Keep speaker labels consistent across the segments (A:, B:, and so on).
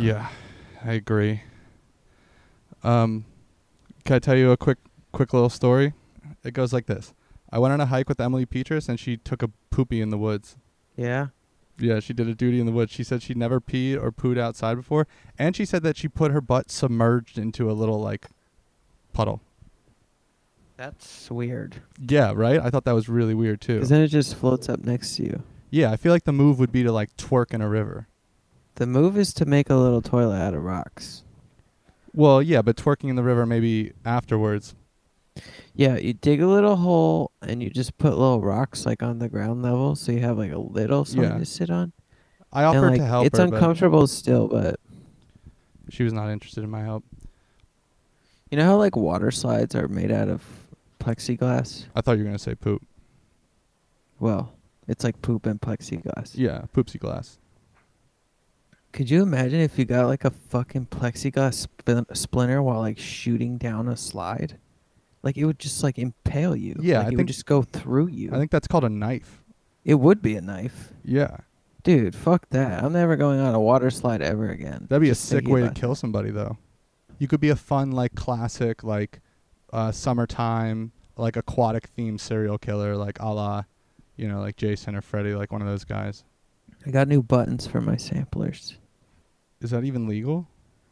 A: Yeah, I agree. Um, can I tell you a quick, quick little story? It goes like this: I went on a hike with Emily Petrus, and she took a poopy in the woods.
B: Yeah.
A: Yeah, she did a duty in the woods. She said she never peed or pooed outside before, and she said that she put her butt submerged into a little like puddle.
B: That's weird.
A: Yeah, right. I thought that was really weird too.
B: Because then it just floats up next to you.
A: yeah, I feel like the move would be to like twerk in a river.
B: The move is to make a little toilet out of rocks.
A: Well, yeah, but twerking in the river maybe afterwards.
B: Yeah, you dig a little hole and you just put little rocks like on the ground level, so you have like a little something
A: Yeah.
B: to sit on.
A: I
B: and
A: offered
B: like
A: to help
B: it's
A: her, but
B: uncomfortable still, Oh, but
A: she was not interested in my help.
B: you know how like water slides are made out of plexiglass?
A: I thought you were gonna say poop.
B: Well, it's like poop and plexiglass.
A: Yeah, poopsie glass.
B: Could you imagine if you got like a fucking plexiglass spin- splinter while like shooting down a slide? Like it would just like impale you.
A: Yeah,
B: like,
A: I
B: it would
A: think-
B: just go through you.
A: I think that's called a knife.
B: it would be a knife,
A: Yeah,
B: dude. Fuck that. I'm never going on a water slide ever again.
A: that'd be
B: Just
A: a sick
B: thinking
A: way to
B: about it.
A: kill somebody, though. You could be a fun, like classic, like uh, summertime, like aquatic themed serial killer, like a la, you know, like Jason or Freddy, like one of those guys.
B: I got new buttons for my samplers.
A: Is that even legal?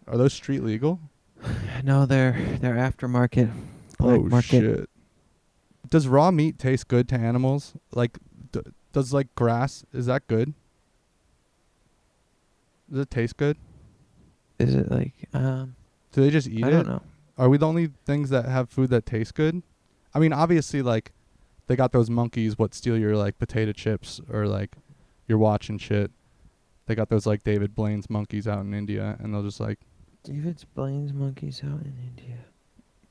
A: Are those street legal?
B: No, they're they're aftermarket, black
A: oh
B: market.
A: shit! Does raw meat taste good to animals? Like, d- does like grass? Is that good? Does it taste good?
B: Is it like um?
A: Do they just eat
B: I
A: it?
B: don't know.
A: Are we the only things that have food that tastes good? I mean, obviously, like they got those monkeys what steal your like potato chips or like your watch and shit. They got those like David Blaine's monkeys out in India, and they'll just like,
B: David's Blaine's monkeys out in India.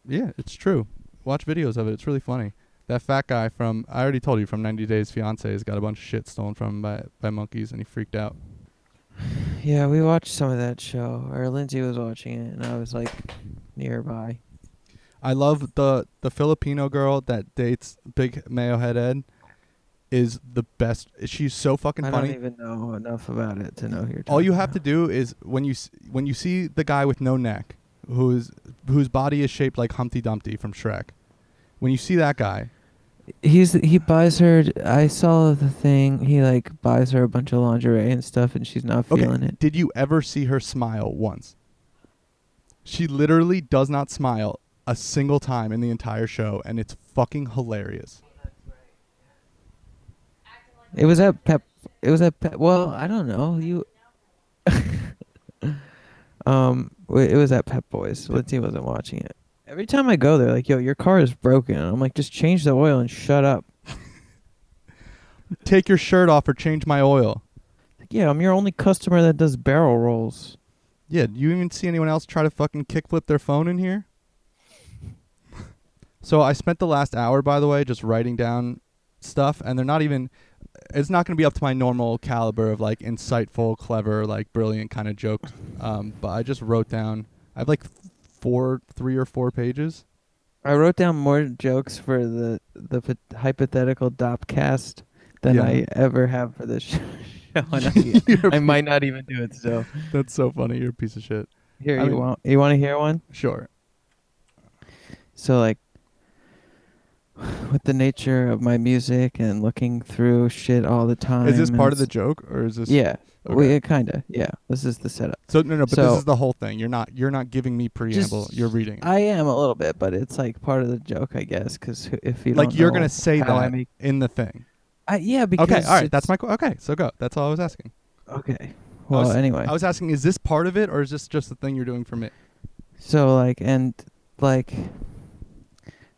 A: yeah, it's true. Watch videos of it; it's really funny. That fat guy from I already told you from 90 Days Fiance has got a bunch of shit stolen from him by by monkeys, and he freaked out.
B: Yeah, we watched some of that show, or Lindsay was watching it, and I was like nearby.
A: I love the the Filipino girl that dates Big Mayo Head Ed. Is the best. She's so fucking
B: I
A: funny.
B: don't even know enough about it to know who you're.
A: all you
B: talking
A: have to
B: about.
A: do is when you s- when you see the guy with no neck who's whose body is shaped like Humpty Dumpty from Shrek when you see that guy
B: He's he buys her. I saw the thing. He like buys her a bunch of lingerie and stuff, and she's not
A: Okay.
B: feeling it.
A: did you ever see her smile once she literally does not smile a single time in the entire show and it's fucking hilarious
B: It was at Pep. It was at Pep. Well, I don't know. You. um, w- it was at Pep Boys. Lindsay wasn't watching it. Every time I go there, like, yo, your car is broken. I'm like, just change the oil and shut up.
A: take your shirt off or change my oil
B: Like, yeah, I'm your only customer that does barrel rolls.
A: yeah do you even see anyone else try to fucking kickflip their phone in here so i spent the last hour by the way just writing down stuff and they're not even it's not going to be up to my normal caliber of like insightful clever like brilliant kind of jokes um, but i just wrote down i have like four three or four pages
B: I wrote down more jokes for the the p- hypothetical dopcast than
A: Yeah.
B: I ever have for this show. and I,
A: You're-
B: I might not even do it. So
A: that's so funny you're a piece of shit
B: here,
A: I
B: you
A: mean-
B: want you want to hear one?
A: sure
B: So like with the nature of my music and looking through shit all the time.
A: is this
B: and
A: part of the
B: s-
A: joke or is this
B: Yeah.
A: okay.
B: We kind of. Yeah. This is the setup.
A: so no no but
B: so-
A: this is the whole thing you're not you're not giving me preamble
B: Just-
A: you're reading it.
B: I am a little bit, but it's like part of the joke, I guess, cuz if you
A: like
B: don't
A: you're
B: know
A: gonna say
B: how I
A: that
B: make-
A: in the thing
B: I, yeah, because
A: okay all right that's
B: it's-
A: my qu- okay so go that's all i was asking
B: Okay. Well,
A: was-
B: anyway.
A: i was asking is this part of it or is this just the thing you're doing for me
B: So like and like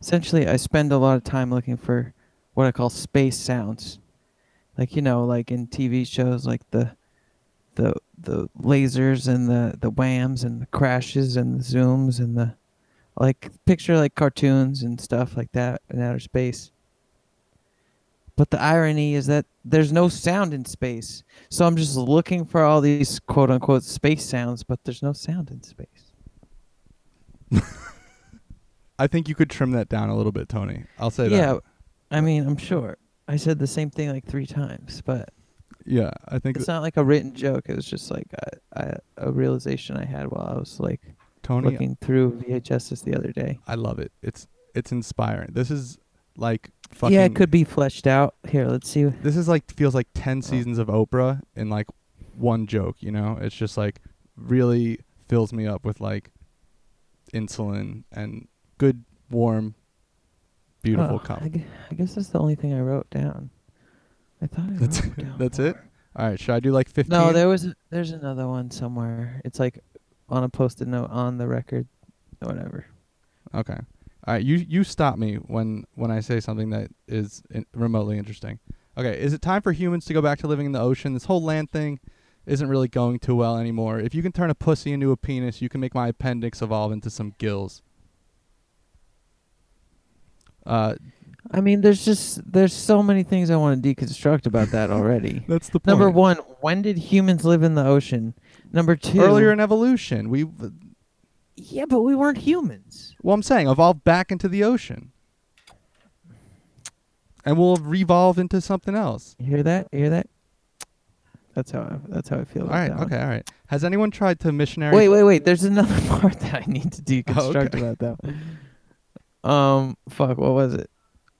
B: essentially I spend a lot of time looking for what I call space sounds. Like you know, like in TV shows like the the the lasers and the the whams and the crashes and the zooms and the like picture like cartoons and stuff like that in outer space. But the irony is that there's no sound in space. So I'm just looking for all these quote unquote space sounds, but there's no sound in space.
A: I think you could trim that down a little bit, Tony. I'll say
B: yeah,
A: that.
B: I mean, I'm sure. I said the same thing like three times, but
A: yeah, I think
B: It's not like a written joke. It was just like a, a, a realization I had while I was like
A: Tony.
B: looking through VHSs the other day.
A: I love it. It's it's inspiring. This is like fucking.
B: yeah, it could Oh. be fleshed out. Here, let's see.
A: This is like feels like ten seasons of Oprah in like one joke. You know, it's just like really fills me up with like insulin and good, warm, beautiful
B: Oh, I,
A: comedy.
B: gu- I guess that's the only thing I wrote down. I thought I wrote
A: That's-
B: down
A: that's it?
B: more.
A: All right, should I do like fifteen?
B: No, there was a, there's another one somewhere. It's like on a post-it note on the record, or whatever.
A: Okay. All right, you you stop me when when I say something that is in, remotely interesting. Okay, is it time for humans to go back to living in the ocean? This whole land thing isn't really going too well anymore. If you can turn a pussy into a penis, you can make my appendix evolve into some gills. Uh,
B: I mean, there's just there's so many things I want to deconstruct about that already.
A: that's the point.
B: Number one, when did humans live in the ocean? Number two,
A: Earlier in evolution, we
B: yeah, but we weren't humans.
A: well, I'm saying evolve back into the ocean, and we'll revolve into something else.
B: You hear that? You hear that? That's how I, that's how I feel.
A: All
B: About
A: right.
B: that one.
A: Okay. All right. Has anyone tried to missionary?
B: Oh, Wait, wait, wait. There's another part that I need to deconstruct
A: okay.
B: about that. Um, fuck. What was it?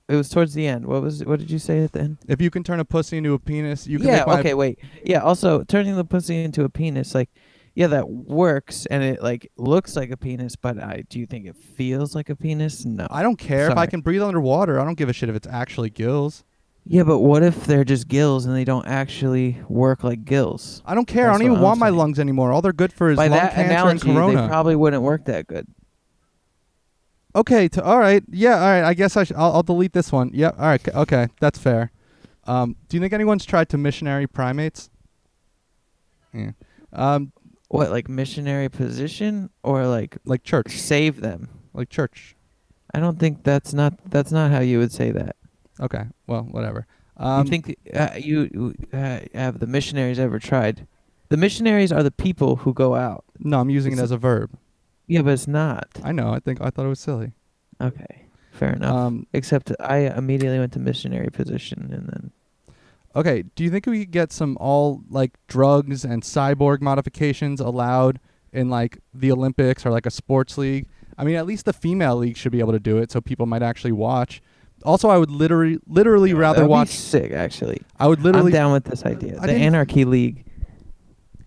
B: It was towards the end. What was? What did you say at the end?
A: If you can turn a pussy into a penis, you can.
B: yeah.
A: Make my,
B: okay. Wait. Yeah. Also, turning the pussy into a penis, like, yeah, that works, and it like looks like a penis, but I do you think it feels like a penis? No.
A: I don't care if I
B: Sorry.
A: can breathe underwater. I don't give a shit if it's actually gills.
B: yeah, but what if they're just gills and they don't actually work like gills?
A: I don't care. I
B: That's
A: don't even
B: what I'm
A: want my
B: saying.
A: lungs anymore. All they're good for is
B: By
A: lung
B: that
A: cancer and
B: analogy,
A: corona.
B: they probably wouldn't work that good.
A: okay. To, all right. Yeah. All right. I guess I sh- I'll, I'll delete this one. Yep. All right. c- Okay. That's fair. Um, do you think anyone's tried to missionary primates? Yeah. Um,
B: What, like missionary position or like
A: like church,
B: save them?
A: like church.
B: I don't think that's not that's not how you would say that.
A: Okay. Well, whatever. Um,
B: you think uh, you uh, have the missionaries ever tried? The missionaries are the people who go out.
A: no, I'm using it
B: it's-
A: as a verb.
B: Yeah, but it's not.
A: I know. I think I thought it was silly.
B: Okay, fair enough.
A: Um,
B: Except I immediately went to missionary position, and then
A: Okay, do you think we could get some all like drugs and cyborg modifications allowed in like the Olympics or like a sports league? I mean, at least the female league should be able to do it so people might actually watch. Also, I would literally literally
B: Yeah, that
A: rather
B: would be
A: watch
B: sick. Actually,
A: I would literally
B: I'm down with this idea.
A: I
B: the
A: didn't-
B: Anarchy League.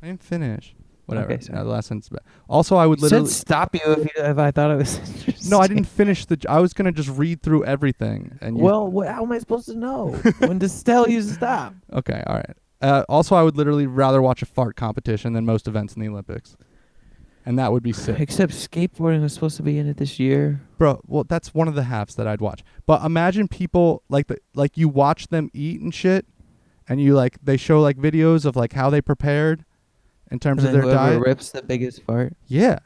A: I didn't finish. Whatever.
B: Okay, sorry.
A: No, the last sentence. is bad. Also, I would
B: You said
A: literally
B: stop you if, you if I thought it was. Interesting.
A: No, I didn't finish the j- I was going to just read through everything and you
B: Well, wha how am I supposed to know when to tell you to stop?
A: Okay, all right. Uh, also, I would literally rather watch a fart competition than most events in the Olympics. And that would be sick.
B: Except skateboarding was supposed to be in it this year.
A: bro well that's one of the halves that i'd watch but imagine people like the, like you watch them eat and shit and you like they show like videos of like how they prepared in terms
B: And
A: of
B: then
A: their
B: whoever
A: diet
B: rips the biggest fart.
A: yeah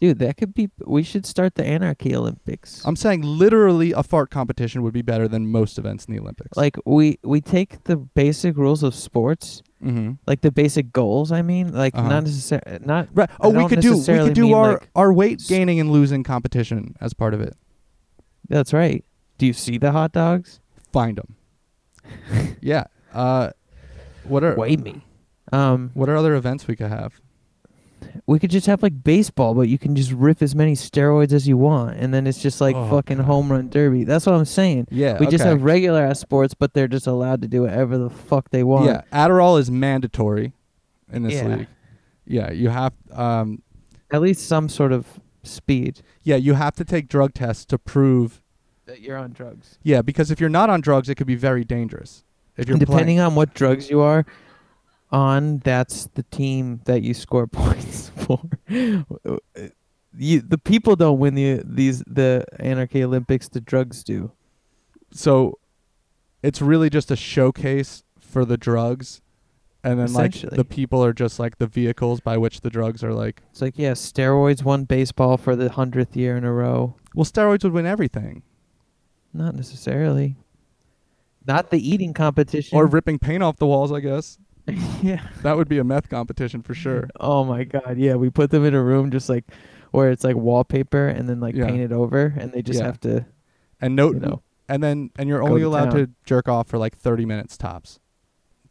B: Dude, that could be. We should start the Anarchy Olympics.
A: i'm saying literally a fart competition would be better than most events in the olympics
B: like we we take the basic rules of sports,
A: mm-hmm.
B: like the basic goals. I mean, like
A: Uh-huh.
B: not necessarily not.
A: right oh we
B: don't
A: could do we
B: necessarily
A: could do
B: mean,
A: our
B: like,
A: our weight
B: s-
A: gaining and losing competition as part of it
B: That's right. Do you see the hot dogs?
A: find them yeah uh what are
B: Weigh me. Um,
A: what are other events we could have
B: we could just have like baseball, but you can just rip as many steroids as you want, and then it's just like
A: Oh,
B: fucking home run derby. That's what I'm saying.
A: yeah
B: We just
A: okay.
B: have regular ass sports, but they're just allowed to do whatever the fuck they want.
A: Yeah, Adderall is mandatory in this
B: Yeah.
A: league. Yeah, you have um
B: At least some sort of speed
A: yeah, you have to take drug tests to prove
B: that you're on drugs.
A: yeah, because if you're not on drugs it could be very dangerous. If you're
B: depending on what drugs you are on, that's the team that you score points for. You, the people don't win the these the anarchy Olympics. The drugs do.
A: playing. so it's really just a showcase for the drugs and then like the
B: Essentially.
A: people are just like the vehicles by which the drugs are like
B: It's like yeah, steroids won baseball for the hundredth year in a row.
A: well steroids would win everything
B: Not necessarily. Not the eating competition.
A: or ripping paint off the walls I guess
B: yeah.
A: that would be a meth competition for sure
B: Oh my god, yeah. We put them in a room just like where it's like wallpaper and then like
A: Yeah.
B: paint it over, and they just
A: Yeah.
B: have to
A: and no
B: you know
A: and then and you're
B: Go
A: only
B: to
A: allowed
B: town.
A: to jerk off for like 30 minutes tops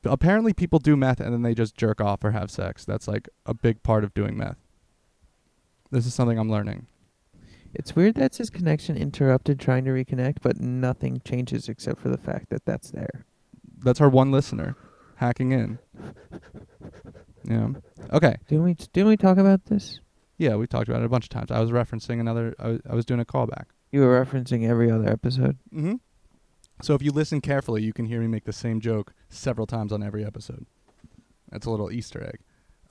A: apparently people do meth and then they just jerk off or have sex. That's like a big part of doing meth. This is something I'm learning.
B: It's weird that's his connection interrupted trying to reconnect, but nothing changes except for the fact that that's there.
A: That's our one listener hacking in. Yeah. Okay.
B: Didn't we didn't we talk about this?
A: Yeah, we talked about it a bunch of times. I was referencing another. I was, I was doing a callback.
B: You were referencing every other episode.
A: Mm-hmm. So if you listen carefully, you can hear me make the same joke several times on every episode. That's a little Easter egg.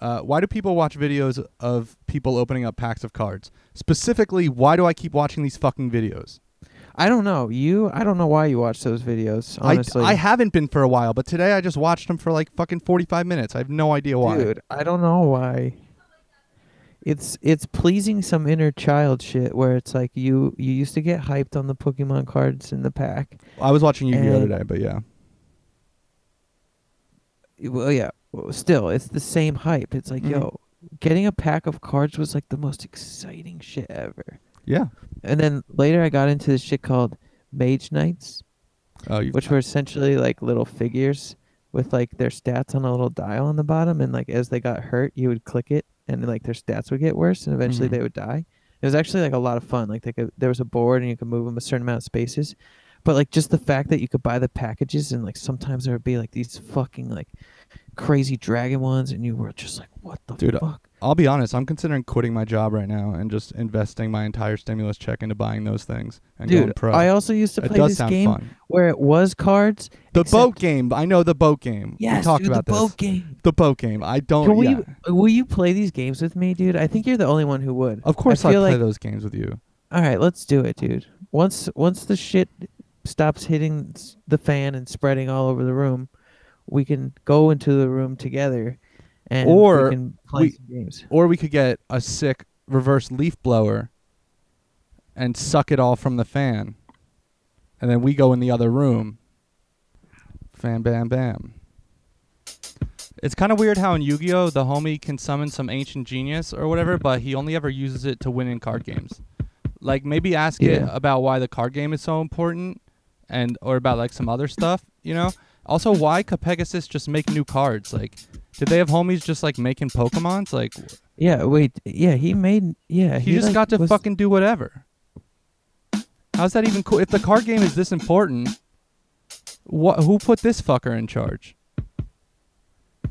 A: Uh, why do people watch videos of people opening up packs of cards? Specifically, why do I keep watching these fucking videos?
B: I don't know. You I don't know why you watch those videos,
A: I-
B: honestly.
A: I, haven't been for a while, but today I just watched them for like fucking 45 minutes. I have no idea why.
B: Dude, I don't know why. It's it's pleasing some inner child shit where it's like you you used to get hyped on the Pokemon cards in the pack.
A: I was watching Yu Gi Oh!
B: And-
A: today, but yeah.
B: Well, yeah. well, Still, it's the same hype. It's like,
A: Mhm.
B: yo, getting a pack of cards was like the most exciting shit ever.
A: Yeah.
B: And then later, I got into this shit called Mage Knights,
A: Oh, you,
B: which were essentially like little figures with like their stats on a little dial on the bottom, and like as they got hurt, you would click it, and like their stats would get worse, and eventually
A: Mhm.
B: they would die. It was actually like a lot of fun. Like they could, there was a board, and you could move them a certain amount of spaces. But like just the fact that you could buy the packages, and like sometimes there would be like these fucking like crazy dragon ones, and you were just like, what the
A: Dude, uh,
B: fuck?
A: I'll be honest. I'm considering quitting my job right now and just investing my entire stimulus check into buying those things and going
B: Dude,
A: pro.
B: I also used to
A: it
B: play
A: does
B: this
A: sound
B: game
A: fun.
B: where it was cards.
A: The
B: except-
A: boat game. I know the boat game. we
B: Yes,
A: talked
B: dude,
A: about
B: the
A: this.
B: boat game.
A: The boat game. I don't.
B: Can we?
A: Oh, yeah.
B: Will you play these games with me, dude? I think you're the only one who would.
A: Of course,
B: I
A: I,
B: feel
A: play
B: like-
A: those games with you.
B: All right, let's do it, dude. Once once the shit stops hitting s- the fan and spreading all over the room, we can go into the room together, and
A: Or
B: we can play
A: we-
B: some games.
A: Or we could get a sick reverse leaf blower and suck it all from the fan, and then we go in the other room. Fam, bam, bam. It's kind of weird how in Yu-Gi-Oh the homie can summon some ancient genius or whatever, but he only ever uses it to win in card games. Like maybe ask it
B: Yeah.
A: about why the card game is so important, and or about like some other stuff, you know. Also, why could Pegasus just make new cards? Like, did they have homies just like making Pokemons? Like,
B: Yeah, wait. Yeah, he made. Yeah,
A: he, just
B: like,
A: got to
B: was-
A: fucking do whatever. How's that even cool? If the card game is this important, what? Who put this fucker in charge?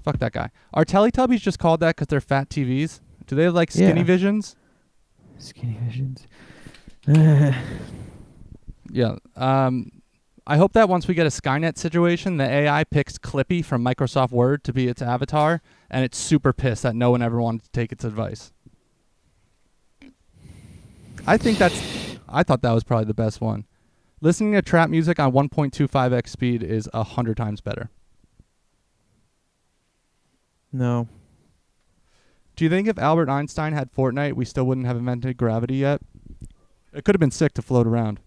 A: Fuck that guy. Are Teletubbies just called that because they're fat TVs? Do they have like skinny
B: Yeah.
A: visions?
B: skinny visions. yeah,
A: Yeah. Um, I hope that once we get a Skynet situation, the AI picks Clippy from Microsoft Word to be its avatar, and it's super pissed that no one ever wanted to take its advice. I think that's. I thought that was probably the best one. Listening to trap music on 1.25x speed is a hundred times better.
B: no,
A: Do you think if Albert Einstein had Fortnite, we still wouldn't have invented gravity yet? It could have been sick to float around.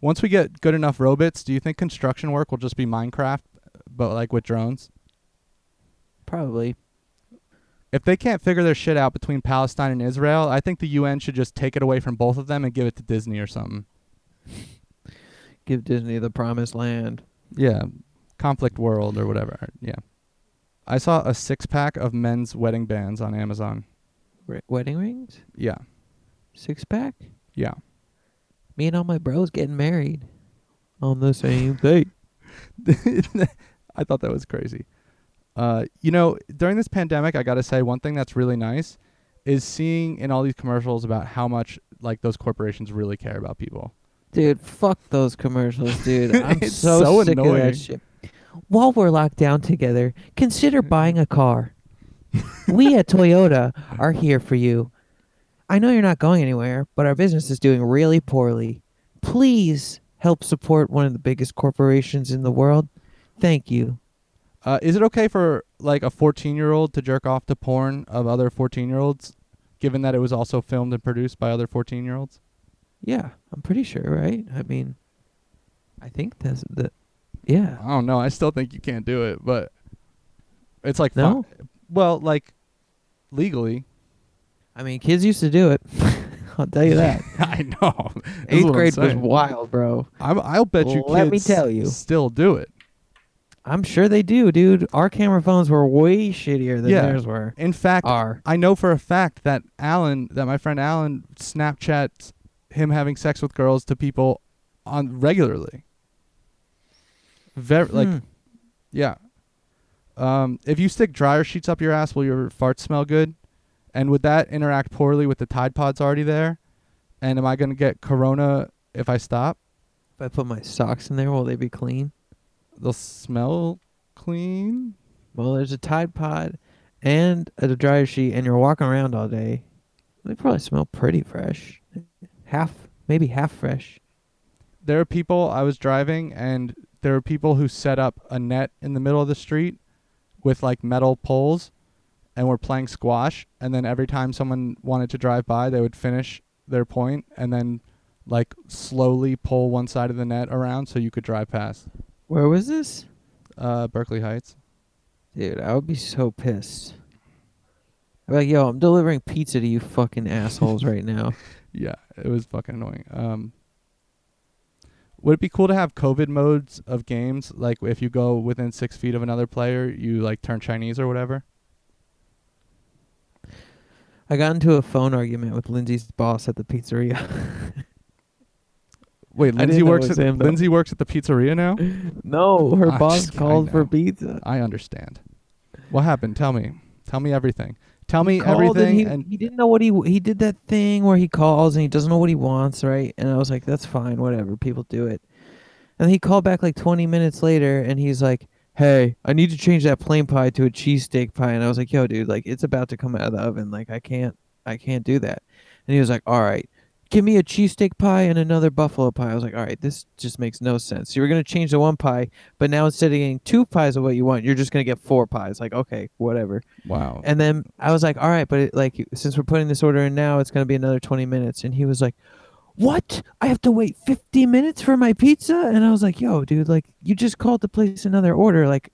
A: Once we get good enough robots, do you think construction work will just be Minecraft, but like with drones?
B: probably.
A: If they can't figure their shit out between Palestine and Israel, I think the UN should just take it away from both of them and give it to Disney or something.
B: Give Disney the promised land.
A: Yeah, conflict world or whatever. Yeah, I saw a six pack of men's wedding bands on Amazon.
B: Ri- wedding rings,
A: Yeah,
B: six pack.
A: yeah.
B: Me and all my bros getting married on the same day.
A: I thought that was crazy. Uh, you know, during this pandemic, I gotta say one thing that's really nice is seeing in all these commercials about how much like those corporations really care about people.
B: Dude, fuck those commercials, dude. I'm
A: It's
B: so,
A: so
B: sick of
A: annoying.
B: that shit. While we're locked down together, consider buying a car. we at Toyota are here for you. I know you're not going anywhere, but our business is doing really poorly. Please help support one of the biggest corporations in the world. Thank you.
A: Uh, is it okay for like a 14 year old to jerk off to porn of other 14 year olds, given that it was also filmed and produced by other 14 year olds?
B: Yeah, I'm pretty sure, right? I mean, I think that's the. Yeah.
A: I don't know. I still think you can't do it, but it's like
B: No?
A: fi- well, like legally.
B: I mean, kids used to do it. I'll tell you that.
A: I know. This is
B: Eighth
A: what I'm
B: grade was
A: saying.
B: wild, bro.
A: I'm, I'll bet you.
B: Let me
A: kids
B: tell you.
A: still do it.
B: I'm sure they do, dude. Our camera phones were way shittier than
A: Yeah.
B: theirs were.
A: In fact,
B: Are
A: I know for a fact that Alan, that my friend Alan, Snapchats him having sex with girls to people on regularly. Very like
B: Hmm.
A: yeah. Um, if you stick dryer sheets up your ass, will your farts smell good? And would that interact poorly with the Tide Pods already there? And am I gonna get corona if I stop?
B: if I put my socks in there, will they be clean?
A: They'll smell clean.
B: Well, there's a Tide Pod and a dryer sheet, and you're walking around all day. They probably smell pretty fresh. Half, maybe half fresh.
A: there are people I was driving and there are people who set up a net in the middle of the street with like metal poles and were playing squash and then every time someone wanted to drive by they would finish their point and then like slowly pull one side of the net around so you could drive past
B: Where was this?
A: uh Berkeley Heights.
B: Dude, I would be so pissed. I'd be like, yo, I'm delivering pizza to you fucking assholes right now.
A: Yeah, it was fucking annoying. Um would it be cool to have COVID modes of games? Like if you go within six feet of another player, you like turn Chinese or whatever?
B: I got into a phone argument with Lindsay's boss at the pizzeria.
A: Wait,
B: I didn't
A: Lindsay
B: know it
A: works
B: was
A: at
B: him, though.
A: Lindsay works at the pizzeria now.
B: no, her
A: I
B: boss
A: just- I
B: called for
A: know.
B: pizza.
A: I understand. What happened? Tell me. Tell me everything. Tell me
B: Called
A: everything.
B: and he,
A: and
B: he didn't know what he he did that thing where he calls and he doesn't know what he wants, right? And I was like, that's fine, whatever, people do it. And he called back like 20 minutes later and he's like, "Hey, I need to change that plain pie to a cheesesteak pie." And I was like, "Yo, dude, like it's about to come out of the oven. Like I can't I can't do that." And he was like, "All right, give me a cheesesteak pie and another buffalo pie." I was like, "All right, this just makes no sense. You were gonna change the one pie, but now instead of getting two pies of what you want, you're just gonna get four pies. Like, okay, whatever."
A: wow.
B: And then I was like, all right, but it, like since we're putting this order in now, it's going to be another 20 minutes. And he was like, what? I have to wait 50 minutes for my pizza? And I was like, yo, dude, like you just called to place another order. Like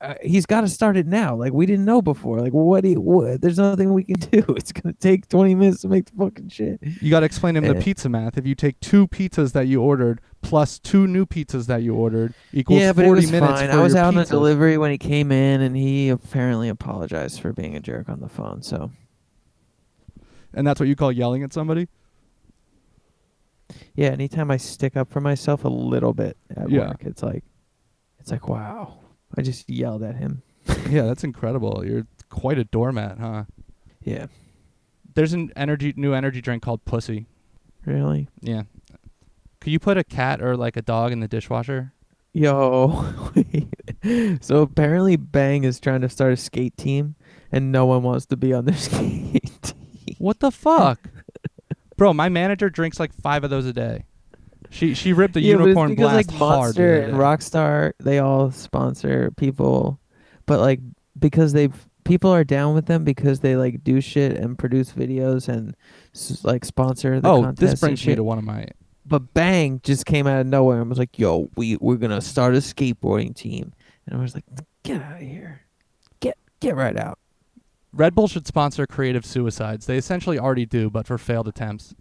B: uh, he's got to start it now. Like we didn't know before. Like what do you, what? There's nothing we can do. It's going to take 20 minutes to make the fucking shit.
A: you got to explain him the
B: Eh.
A: pizza math. If you take two pizzas that you ordered plus two new pizzas that you ordered equals 40 minutes for
B: I was
A: your
B: out on a
A: pizzas.
B: delivery when he came in and he apparently apologized for being a jerk on the phone. So
A: And that's what you call yelling at somebody?
B: Yeah, anytime I stick up for myself a little bit at
A: Yeah.
B: work, it's like, it's like, wow. I just yelled at him.
A: yeah, that's incredible. You're quite a doormat, huh?
B: Yeah,
A: There's an energy new energy drink called Pussy.
B: really?
A: Yeah. Could you put a cat or like a dog in the dishwasher?
B: Yo. wait. so apparently, Bang is trying to start a skate team, and no one wants to be on their skate team.
A: What the fuck? Bro, my manager drinks like five of those a day. She she ripped the
B: yeah, but
A: unicorn
B: it's because
A: blast hard.
B: like
A: the
B: Monster
A: other
B: and
A: day.
B: Rockstar, they all sponsor people, but like because they people are down with them because they like do shit and produce videos and s- like sponsor the
A: oh,
B: contests
A: this
B: and
A: brings me
B: shit.
A: to one of my.
B: but bang just came out of nowhere and was like yo we we're gonna start a skateboarding team and i was like get out of here get get right out
A: Red Bull should sponsor creative suicides. They essentially already do, but for failed attempts.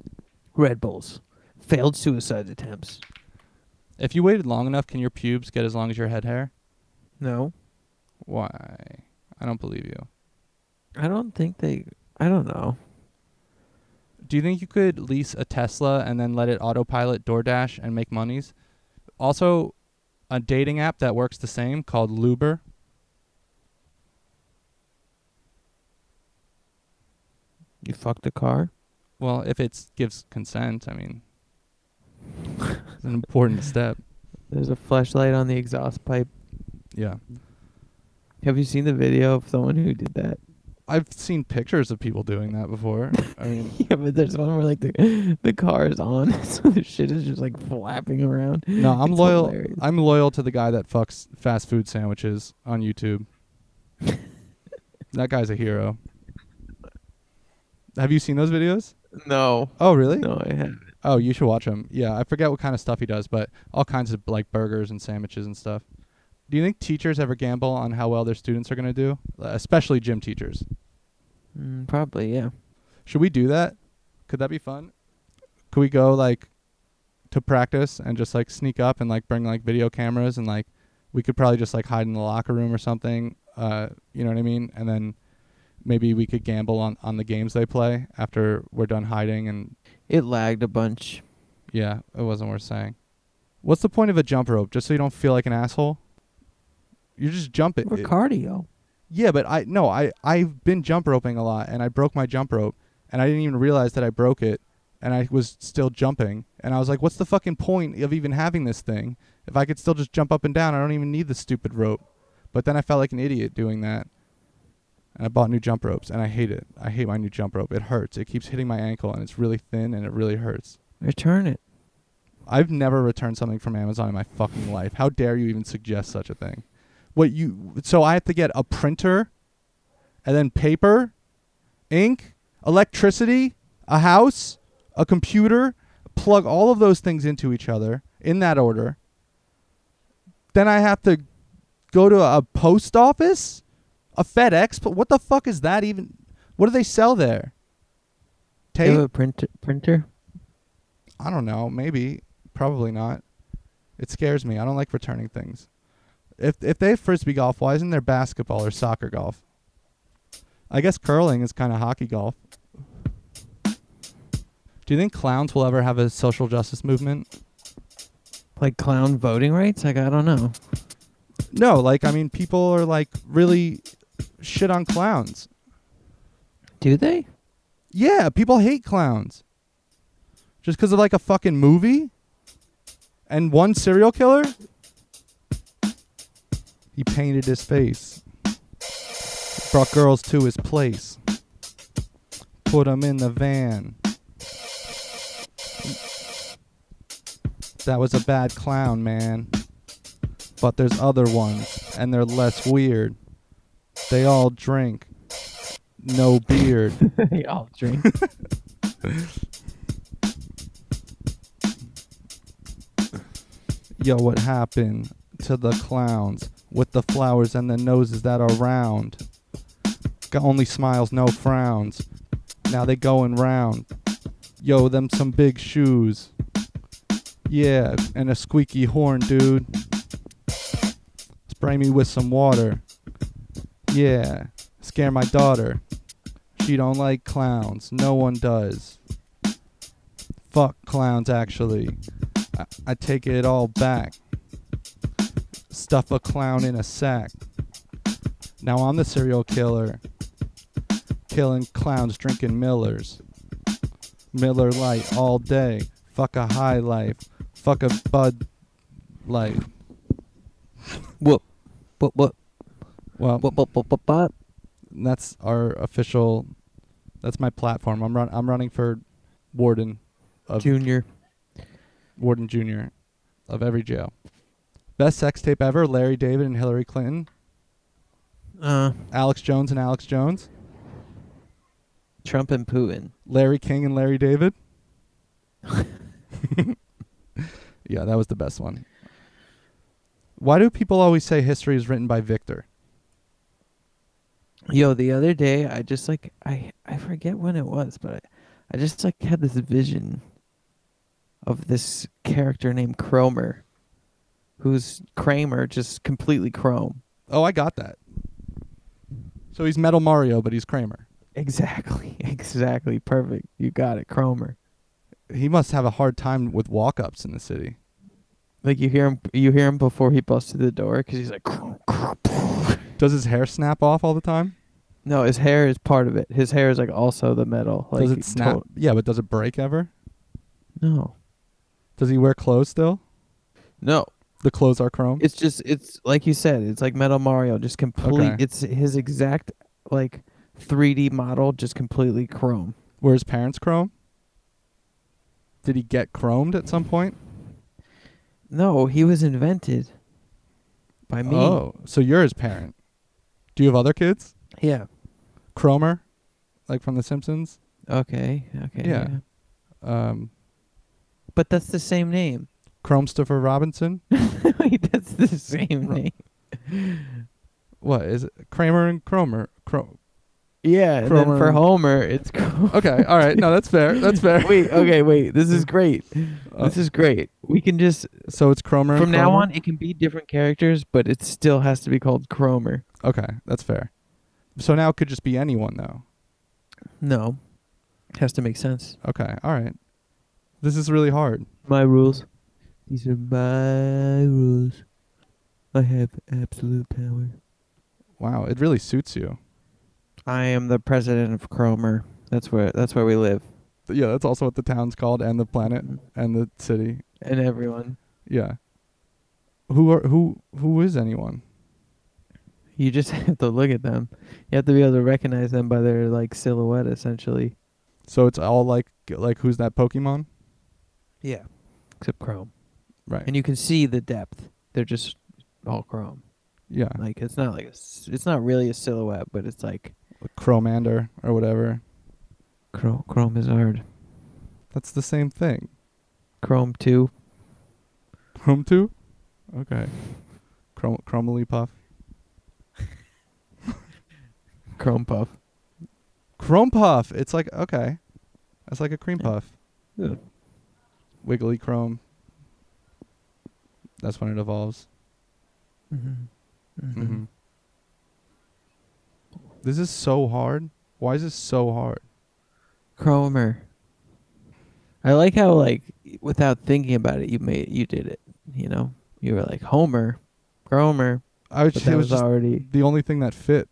B: red bulls failed suicide attempts
A: If you waited long enough, can your pubes get as long as your head hair?
B: no
A: Why? I don't believe you.
B: i don't think they i don't know
A: Do you think you could lease a Tesla and then let it autopilot DoorDash and make monies? Also, a dating app that works the same called Luber.
B: you fucked a car
A: Well, if it gives consent, I mean, it's an important step.
B: there's a flashlight on the exhaust pipe
A: Yeah.
B: have you seen the video of someone who did that
A: I've seen pictures of people doing that before. I mean,
B: yeah but there's one where like the, the car is on so the shit is just like flapping around
A: no, I'm
B: It's
A: loyal.
B: hilarious.
A: I'm loyal to the guy that fucks fast food sandwiches on YouTube. that guy's a hero. Have you seen those videos?
B: no
A: Oh, really?
B: no i haven't
A: Oh, you should watch him. Yeah, I forget what kind of stuff he does, but all kinds of like burgers and sandwiches and stuff. Do you think teachers ever gamble on how well their students are going to do, Uh, especially gym teachers?
B: mm, probably yeah
A: Should we do that? Could that be fun? Could we go like to practice and just like sneak up and like bring like video cameras and like we could probably just like hide in the locker room or something. Uh, you know what I mean? And then maybe we could gamble on on the games they play after we're done hiding. And
B: It lagged a bunch.
A: yeah, it wasn't worth saying. What's the point of a jump rope? Just so you don't feel like an asshole. You just jump it.
B: Or
A: It-
B: cardio.
A: Yeah, but I no, I I've been jump roping a lot, and I broke my jump rope, and I didn't even realize that I broke it, and I was still jumping, and I was like, what's the fucking point of even having this thing if I could still just jump up and down? I don't even need the stupid rope. But then I felt like an idiot doing that, and I bought new jump ropes, and I hate it. I hate my new jump rope. It hurts. It keeps hitting my ankle, and it's really thin, and it really hurts.
B: Return it.
A: I've never returned something from Amazon in my fucking life. How dare you even suggest such a thing? What you so I have to get a printer and then paper, ink, electricity, a house, a computer, plug all of those things into each other in that order. Then I have to go to a post office, a FedEx, but what the fuck is that even? What do they sell there?
B: They
A: Tape?
B: have a printer. Printer.
A: I don't know. Maybe, probably not. It scares me. I don't like returning things. If if they have frisbee golf, why isn't there basketball or soccer golf? I guess curling is kind of hockey golf. Do you think clowns will ever have a social justice movement?
B: Like clown voting rights? Like I don't know.
A: No, like I mean, people are like really shit on clowns.
B: Do they?
A: Yeah, people hate clowns. Just because of like a fucking movie and one serial killer? He painted his face. Brought girls to his place. Put 'em in the van. That was a bad clown, man. But there's other ones, and they're less weird. They all drink. No beard.
B: they all drink.
A: Yo, what happened to the clowns with the flowers and the noses that are round? Got only smiles, no frowns. Now they going round. Yo, them some big shoes. Yeah, and a squeaky horn, dude. Spray me with some water. Yeah, scare my daughter. She don't like clowns. No one does. Fuck clowns, actually. I, I take it all back. Stuff a clown in a sack. Now I'm the serial killer. Killing clowns, drinking Millers. Miller Light all day. Fuck a high life. Fuck a Bud Light.
B: whoop. Whoop whoop
A: Well,
B: whoop whoop whoop whoop whoop.
A: that's our official. That's my platform. I'm run. I'm running for warden of
B: Junior.
A: Warden Jr. of every jail. Best sex tape ever: Larry David and Hillary Clinton,
B: Uh
A: Alex Jones and Alex Jones,
B: Trump and Putin.
A: Larry King and Larry David. yeah, that was the best one. Why do people always say history is written by Victor?
B: Yo, the other day I just like I I forget when it was, but I, I just like had this vision of this character named Cromer, who's Kramer just completely chrome.
A: Oh, I got that. So he's Metal Mario, but he's Kramer.
B: Exactly, exactly, perfect. You got it, Cromer.
A: He must have a hard time with walk-ups in the city.
B: Like you hear him, you hear him before he busts through the door because he's like,
A: Does his hair snap off all the time?
B: no, his hair is part of it. His hair is like also the metal. Like
A: Does it snap?
B: to-
A: yeah, but does it break ever?
B: no,
A: Does he wear clothes still?
B: no.
A: The clothes are chrome.
B: It's just it's like you said, it's like Metal Mario, just complete.
A: Okay.
B: It's his exact like 3D model, just completely chrome.
A: Were his parents chrome? Did he get chromed at some point?
B: No, he was invented by me.
A: Oh, so you're his parent. Do you have other kids?
B: yeah.
A: Chromer, like from The Simpsons.
B: Okay. Okay.
A: Yeah. Um,
B: But that's the same name.
A: Chromestopher Robinson.
B: Wait, that's the same
A: Ro-
B: name.
A: What is it? Kramer and Cromer. Cro-
C: Yeah. and
B: And then for
C: um,
B: Homer, it's cool.
A: Okay, all right. No, that's fair. That's fair.
C: Wait. Okay. Wait. This is great.
A: Uh,
C: this is great.
B: We can just
A: so it's Cromer. and
B: from now
A: Cromer?
B: on it can be different characters, but it still has to be called Cromer.
A: Okay, that's fair. So now it could just be anyone though.
B: No, has to make sense.
A: Okay, all right. This is really hard.
B: My rules. These are my rules. I have absolute power.
A: Wow, it really suits you.
B: I am the president of Cromer. That's where that's where we live,
A: Th- Yeah, that's also what the town's called, and the planet,
B: Mhm.
A: and the city.
B: and everyone.
A: Yeah. Who are who? Who is anyone?
B: You just have to look at them. You have to be able to recognize them by their like silhouette, essentially.
A: So it's all like like who's that Pokemon?
B: Yeah. Except Chrome,
A: Right.
B: and you can see the depth. They're just all Chrome.
A: Yeah.
B: Like it's not like a s it's not really a silhouette, but it's like
A: Chromander or whatever.
B: Chrome. Chrome is hard.
A: That's the same thing.
B: Chrome two.
A: Chrome two. Okay. Chrom- Chromily Puff.
B: Chrome puff.
A: Chrome Puff. It's like okay, that's like a cream
B: Yeah.
A: puff.
B: Yeah.
A: Wiggly Chrome. That's when it evolves.
B: Mm-hmm.
A: Mhm. This is so hard. Why is this so hard?
B: Cromer. I like how like without thinking about it, you made you did it. You know, you were like Homer, Cromer,
A: I was,
B: but
A: it
B: that
A: was
B: was
A: just
B: already
A: the only thing that fit.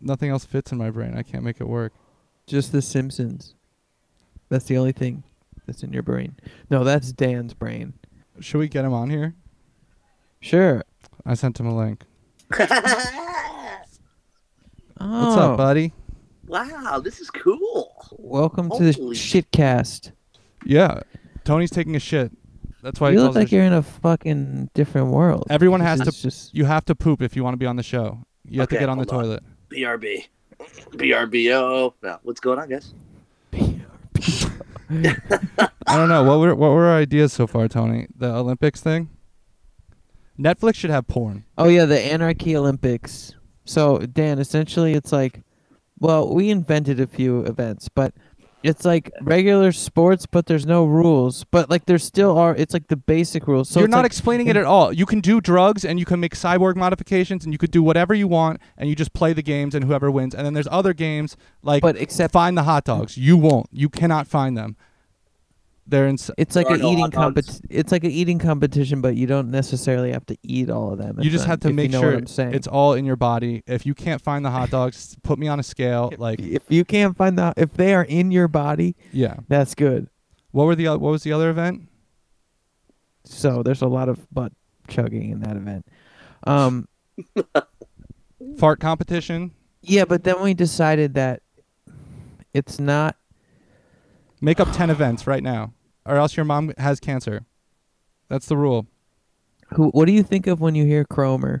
A: Nothing else fits in my brain. I can't make it work.
B: just the Simpsons. That's the only thing that's in your brain. No, that's Dan's brain.
A: Should we get him on here?
B: Sure.
A: I sent him a link.
B: Oh,
A: What's up, buddy?
D: wow, this is cool.
B: Welcome to the
D: Holy-
B: shitcast.
A: Yeah, Tony's taking a shit. That's why he
B: You
A: calls
B: look
A: it a
B: like
A: shit.
B: you're in a fucking different world.
A: Everyone
B: This
A: has to-
B: is Just
A: You have to poop if you want to be on the show. You have to
D: Okay,
A: get on the
D: hold on.
A: toilet.
D: BRB. BRBO. Now, what's going on, guys?
A: I don't know. What were what were our ideas so far, Tony? The Olympics thing? Netflix should have porn.
B: Oh yeah, the Anarchy Olympics. So Dan, essentially, it's like, well, we invented a few events, but it's like regular sports, but there's no rules. But like there still are. It's like the basic rules. So
A: You're
B: it's
A: not
B: like,
A: explaining it at all. You can do drugs and you can make cyborg modifications and you could do whatever you want and you just play the games and whoever wins. And then there's other games like
B: But except-
A: find the hot dogs. You won't. You cannot find them. They're in
B: It's like
D: There
B: an
D: are no
B: eating
D: hot dogs.
B: compet. It's like an eating competition, but you don't necessarily have to eat all of them.
A: you
B: if
A: just
B: I'm-
A: have to
B: if
A: make
B: you know
A: sure
B: what I'm saying.
A: it's all in your body. If you can't find the hot dogs, put me on a scale. Like,
B: if you can't find out if they are in your body,
A: yeah.
B: that's good.
A: What were the o- what was the other event?
B: So there's a lot of butt chugging in that event. Um,
A: Fart competition.
B: Yeah, but then we decided that it's not.
A: Make up 10 events right now, or else your mom has cancer. That's the rule.
B: Who? What do you think of when you hear Cromer?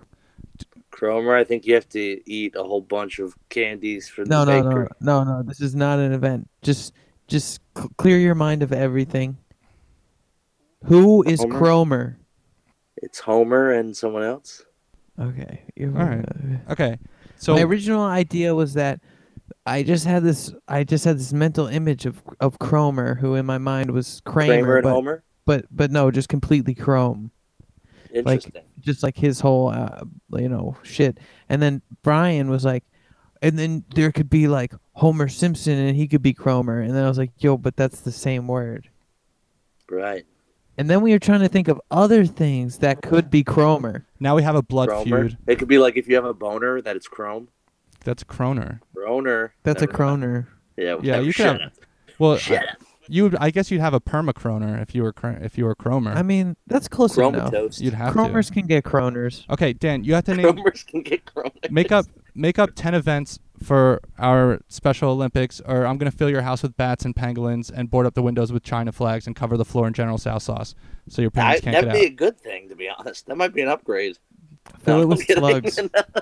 D: Cromer, I think you have to eat a whole bunch of candies for the
B: No, no, no,
D: bakery.
B: no, no. This is not an event. Just, just c- clear your mind of everything. Who is
D: Homer?
B: Cromer?
D: It's Homer and someone else.
B: Okay, you're
A: All right. Okay. So,
B: my original idea was that I just had this. I just had this mental image of of Cromer, who in my mind was Kramer,
D: Kramer and
B: but,
D: Homer.
B: but but no, just completely Chrome.
D: Interesting.
B: just like his whole uh, you know shit and then brian was like and then there could be like homer simpson and he could be cromer and then i was like yo but that's the same word
D: right.
B: and then we were trying to think of other things that could be cromer
A: now we have a blood
D: Cromer.
A: feud.
D: It could be like if you have a boner that it's Chrome.
A: That's Croner.
D: Broner.
B: that's a
D: Never mind.
B: croner
D: Yeah.
A: Yeah,
D: never-
A: you could
D: shut
A: have-
D: up.
A: Well,
D: Shut
A: I, you would- I guess you'd have a perma Croner if you were cr- if you were Cromer.
B: i mean that's close enough
D: Chromatoast.
A: you'd have
B: cromers can get croners
A: to. Okay, Dan, you have to name
D: Chromers can get Chromers.
A: make up make up 10 events for our special Olympics or I'm going to fill your house with bats and pangolins and board up the windows with china flags and cover the floor in General Tso sauce so your
D: I,
A: parents can't
D: that'd
A: get
D: be
A: out.
D: a good thing, to be honest. That might be an upgrade.
B: fill
D: No,
B: it with
D: I'm kidding.
B: slugs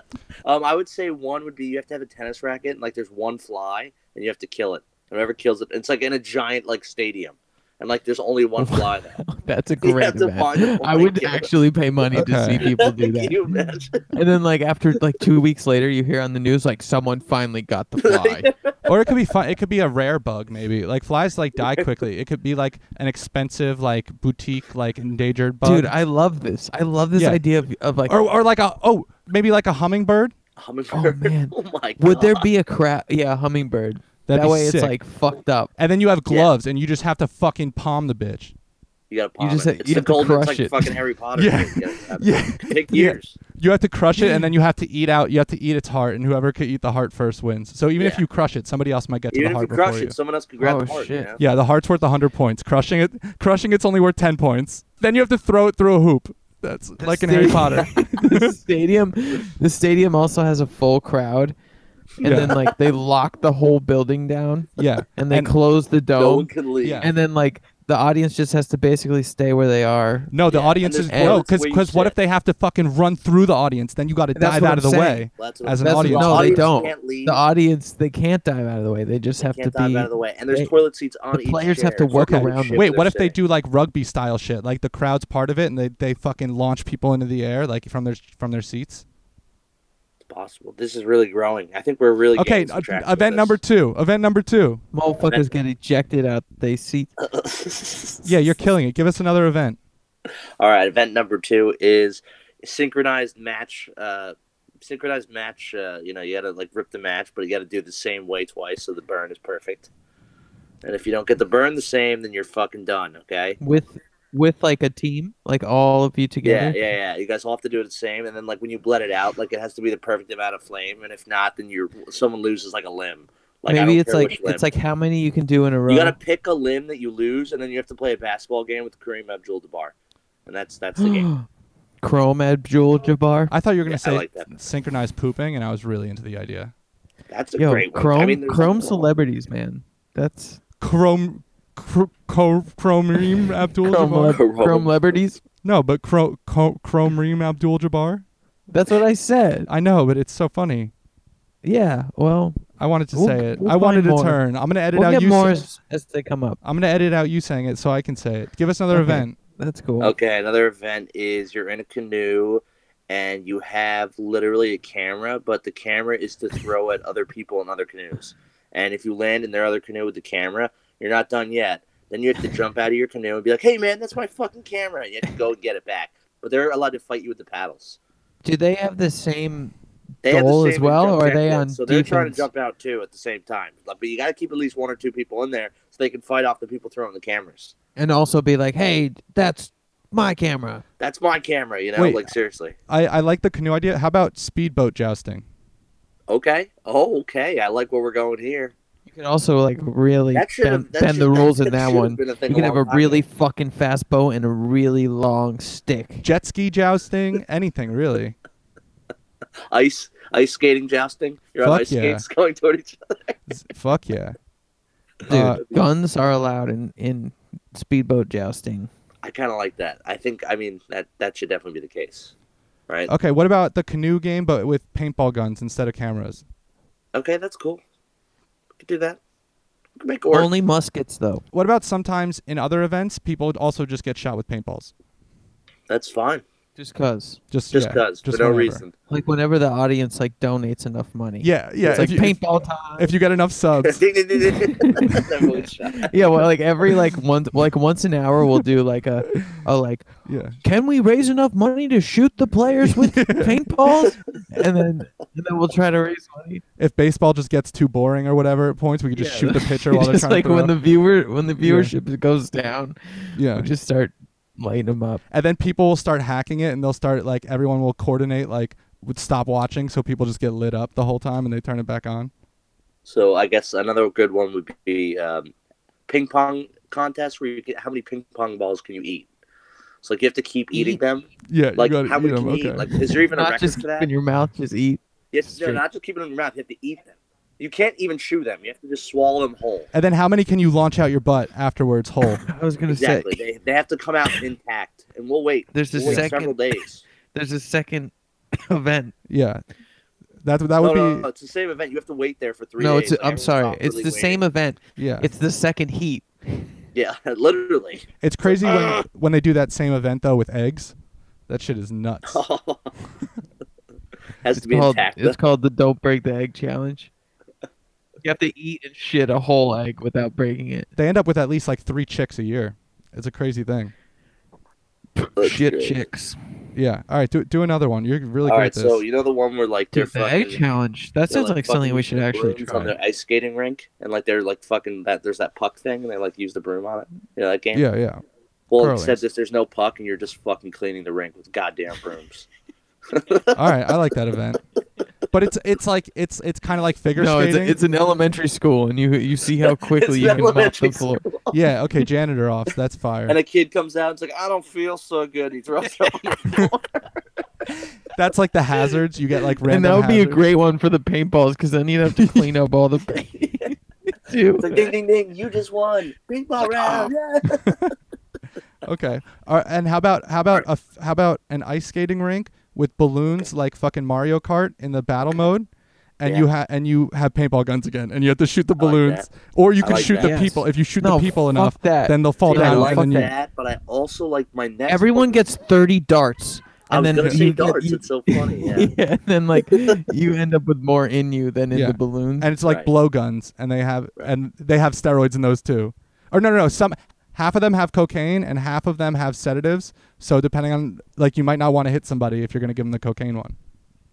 D: Um, I would say one would be you have to have a tennis racket, and like there's one fly, and you have to kill it. And Whoever kills it, it's like in a giant like stadium, and like there's only one fly now.
B: That's a
D: You
B: great
D: have to find a
B: event. I
D: way
B: would
D: to-
B: actually pay money to
A: Okay.
B: see people do
D: Can
B: that.
D: you imagine?
B: And then like after like two weeks later, you hear on the news like someone finally got the fly.
A: or it could be fun. It could be a rare bug, maybe. Like flies, like die quickly. It could be like an expensive, like boutique, like endangered bug.
B: Dude, I love this. I love this
A: Yeah.
B: idea of, of like.
A: or or like a oh maybe like a hummingbird.
D: Hummingbird.
B: Oh, man.
D: Oh my god.
B: would there be a crap? Yeah, a hummingbird.
A: That'd
B: that
A: be
B: way
A: sick.
B: it's like fucked up.
A: And then you have
D: Yeah.
A: gloves, and you just have to fucking palm the bitch.
D: You gotta palm
B: just
D: it.
B: have-
D: it's
B: you
D: the
B: have to
D: golden. It's
B: crush
D: like
B: it.
D: fucking Harry Potter.
A: Yeah.
D: You gotta-
A: Yeah.
D: Take
A: Yeah.
D: years.
A: You have to crush it, and
D: Mm.
A: then you have to eat out. You have to eat its heart, and whoever could eat the heart first wins. So even if
D: Yeah.
A: you crush it, somebody else might get to
D: Even
A: the
D: if
A: heart
D: you crush
A: before you.
D: it, someone else could grab
B: Oh,
D: the heart.
B: shit.
D: You know?
A: Yeah, the heart's worth 100 points. Crushing it, crushing it's only worth 10 points. Then you have to throw it through a hoop. That's like in Harry
B: the-
A: Potter.
B: the stadium, the stadium also has a full crowd, and
A: Yeah.
B: then like they lock the whole building down,
A: yeah.
B: and they
A: And-
B: close the
D: No one
B: dome,
D: could leave.
A: Yeah.
B: and then like the audience just has to basically stay where they are.
A: No, the
D: Yeah,
A: audience
D: and
A: is
D: there's
A: no,
D: bullets
A: because
D: where you
A: because what
D: sit.
A: if they have to fucking run through the audience? Then you got to
B: That's
A: dive
B: what
A: out of the
B: I'm saying.
A: way.
D: That's
A: As an
D: I'm-
A: audience.
D: the
A: No, they
D: audience
B: don't.
D: Can't leave.
B: The audience they can't dive out of the way. They just have
D: can't
B: to
D: dive
B: be.
D: out of the way. And there's
B: they-
D: toilet seats on
B: the
D: each
B: players have
D: chair,
B: to
D: so
B: work
D: they can
B: around
D: shift
B: them.
A: Wait, what if they
D: sitting.
A: do like rugby style shit? Like the crowd's part of it, and they, they fucking launch people into the air like from their from their seats.
D: It's possible. This is really growing. I think we're really
A: Okay,
D: Getting
A: uh,
D: some traction with
A: event
D: this.
A: number two. Event number two.
B: Motherfuckers get ejected out. They see.
A: Yeah, you're killing it. Give us another event.
D: All right, event number two is synchronized match. Uh, synchronized match. Uh, you know, you gotta like rip the match, but you gotta do it the same way twice, so the burn is perfect. And if you don't get the burn the same, then you're fucking done. Okay.
B: with with like a team, like all of you
D: Yeah,
B: together.
D: yeah, yeah. You guys all have to do it the same, and then like when you let it out, like it has to be the perfect amount of flame, and if not, then you're someone loses like a limb. Like I don't
B: Maybe it's
D: care
B: like
D: which
B: it's uh,
D: limb.
B: like how many you can do in a row.
D: You gotta pick a limb that you lose, and then you have to play a basketball game with Kareem Abdul-Jabbar, and that's that's the game.
B: Chrome Abdul Jabbar.
A: I thought you were gonna
D: Yeah, I
A: say
D: like that.
A: synchronized pooping, and I was really into the idea.
D: That's a
B: Yo,
D: great one.
B: Chrome
D: I mean, there's-
B: Chrome celebrities, man. That's
A: Chrome, cr- cro- Chromeem Abdul
B: Chrome,
A: Jabbar.
B: leb-
D: Chrome.
B: uh, Chrome celebrities.
A: No, but cro- cro- Chromeem Abdul Jabbar.
B: That's what I said.
A: I know, but it's so funny.
B: Yeah. Well,
A: I wanted to
B: We'll-
A: say it.
B: we'll
A: I wanted
B: find
A: to
B: more.
A: turn. I'm gonna edit
B: we'll
A: out
B: get
A: you.
B: more
A: sa-
B: as, as they come up.
A: I'm gonna edit out you saying it so I can say it. Give us another
B: Okay.
A: event.
B: That's cool.
D: Okay, another event is you're in a canoe and you have literally a camera, but the camera is to throw at other people in other canoes. And if you land in their other canoe with the camera, you're not done yet. Then you have to jump out of your canoe and be like, "Hey, man, that's my fucking camera!" And you have to go and get it back. But they're allowed to fight you with the paddles.
B: Do they have the same?
D: They have the
B: Goal
D: same
B: as well,
D: jump
B: or are they
D: checkpoints,
B: on
D: So they're trying to
B: defense?
D: jump out too at the same time. Like, But you got to keep at least one or two people in there so they can fight off the people throwing the cameras.
B: And also be like, hey, that's my camera.
D: That's my camera, you know.
A: Wait.
D: like seriously.
A: I, I like the canoe idea. How about speedboat jousting?
D: Okay. Oh, okay. I like where we're going here.
B: You can also like really
D: That should
B: bend,
D: have that
B: bend the
D: should-
B: rules in
D: that
B: that
D: should
B: one.
D: Been a thing
B: You can have
D: long
B: a
D: time
B: really
D: ago.
B: fucking fast bow and a really long stick.
A: Jet ski jousting? Anything really?
D: ice ice skating jousting. You're on
A: Fuck
D: ice
A: yeah.
D: skates going toward each other.
A: Z- Fuck yeah.
B: Dude,
A: Uh,
B: guns are allowed in in speedboat jousting.
D: I kind of like that. I think. I mean that that should definitely be the case, right?
B: Oh.
A: Okay, what about the canoe game but with paintball guns instead of cameras?
D: Okay, that's cool. We could do that. We could make it work.
B: Only muskets though.
A: What about sometimes in other events people also just get shot with paintballs?
D: that's fine.
B: Just cause.
A: Just
D: Just
A: yeah,
D: cause
A: just
D: for no
A: whenever.
D: reason.
B: Like whenever the audience like donates enough money.
A: Yeah, yeah.
B: It's
A: if,
B: like
A: you, if-
B: paintball time.
A: if you get enough subs,
D: Ding, ding, ding, ding. Everyone shot.
B: yeah, well like every like once like once an hour we'll do like a a like
A: yeah.
B: can we raise enough money to shoot the players with paintballs? And then and then we'll try to raise money.
A: If baseball just gets too boring or whatever at points, we could just
B: Yeah.
A: shoot the pitcher while they're
B: just
A: trying
B: like
A: to throw.
B: when the viewer when the viewership goes down,
A: yeah.
B: we just start lighting them up.
A: and then people will start hacking it and they'll start like everyone will coordinate like would stop watching so people just get lit up the whole time and they turn it back on.
D: So I guess another good one would be um, ping pong contest where you get how many ping pong balls can you eat? So like you have to keep eating
B: Eat?
D: them.
A: Yeah,
D: Like
A: you gotta
D: how
A: eat
D: many
A: them.
D: can you
A: okay.
D: eat? Like is there even a
B: Not
D: record
B: just
D: for
B: keep
D: that?
B: in your mouth, just eat.
D: Yes, no,
B: Straight.
D: not just keep them in your mouth. You have to eat them. You can't even chew them. You have to just swallow them whole.
A: and then how many can you launch out your butt afterwards whole?
B: I was gonna
D: Exactly.
B: say
D: They, they have to come out intact, and we'll wait.
B: There's a
D: we'll wait
B: second-
D: several days.
B: there's a second event.
A: yeah. That that would
D: no, no,
A: be
D: no, it's the same event. You have to wait there for three
B: no, it's
D: days. Like,
B: I'm
D: everyone's
B: sorry.
D: awkwardly
B: It's the
D: waiting.
B: same event.
A: yeah.
B: It's the second heat.
D: Yeah, literally.
A: It's crazy
D: Ah.
A: when when they do that same event though with eggs. That shit is nuts.
D: Has to be
B: called,
D: intact.
B: it's called the Don't Break the Egg Challenge. You have to eat and shit a whole egg without breaking it.
A: They end up with at least like three chicks a year. It's a crazy thing.
D: That's
B: shit
D: great.
B: chicks.
A: Yeah. All right. Do do another one. You're really
D: All
A: great
D: right,
A: at this.
D: so you know the one where like they're
B: Dude, the egg
D: fucking.
B: challenge. That
D: they're,
B: sounds like, something
D: fucking
B: we should actually
D: brooms on
B: try.
D: their ice skating rink, and like they're like fucking that. There's that puck thing, and they like use the broom on it. You know that game?
A: yeah, yeah.
D: Well,
A: curling.
D: except if there's no puck, and you're just fucking cleaning the rink with goddamn brooms.
A: All right. I like that event. But it's it's like it's it's kind of like figure
B: No, it's,
A: skating.
B: a, it's an elementary school, and you you see how quickly
D: It's
B: you
D: an
B: can mop
D: elementary
B: the floor.
D: school.
A: yeah. Okay. Janitor offs. That's fire.
D: And a kid comes out and's like, "I don't feel so good." He throws up. on the floor.
A: That's like the hazards you get like random.
B: And that would be a
A: hazards.
B: great one for the paintballs, because then you'd have to clean up all the paint. Dude,
D: It's like ding ding ding, you just won. Bing ball
B: ah.
D: round. Yeah.
A: Okay. All right, and how about how about a f- how about an ice skating rink with balloons like fucking Mario Kart in the battle mode, and
D: Yeah.
A: you have and you have paintball guns again, and you have to shoot the
D: I like
A: balloons, or you
D: I
A: can
D: like
A: shoot
D: that.
A: the
B: Yes.
A: people. If you shoot
B: No,
A: the people
B: fuck
A: enough,
B: that.
A: then they'll fall
B: Dude,
D: I
A: down. and
D: like
A: fucking-
D: that, but I also like my next.
B: everyone gets thirty darts,
D: I
B: and
D: was
B: then
D: gonna
B: you
D: say
B: get-
D: darts.
B: you-
D: It's so funny. Yeah.
B: yeah. and then like you end up with more in you than in
A: Yeah.
B: the balloons.
A: and it's like
D: Right.
A: blowguns, and they have
D: Right.
A: and they have steroids in those too. Or no, no, no. Some half of them have cocaine, and half of them have sedatives. So depending on like, you might not want to hit somebody if you're gonna give them the cocaine one.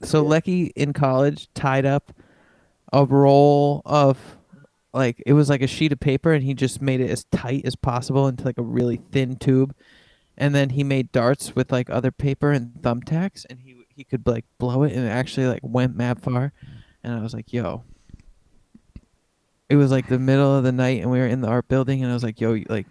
B: So Lecky in college tied up a roll of like it was like a sheet of paper and he just made it as tight as possible into like a really thin tube and then he made darts with like other paper and thumbtacks and he he could like blow it and it actually like went mad far and I was like yo it was like the middle of the night and we were in the art building and I was like yo like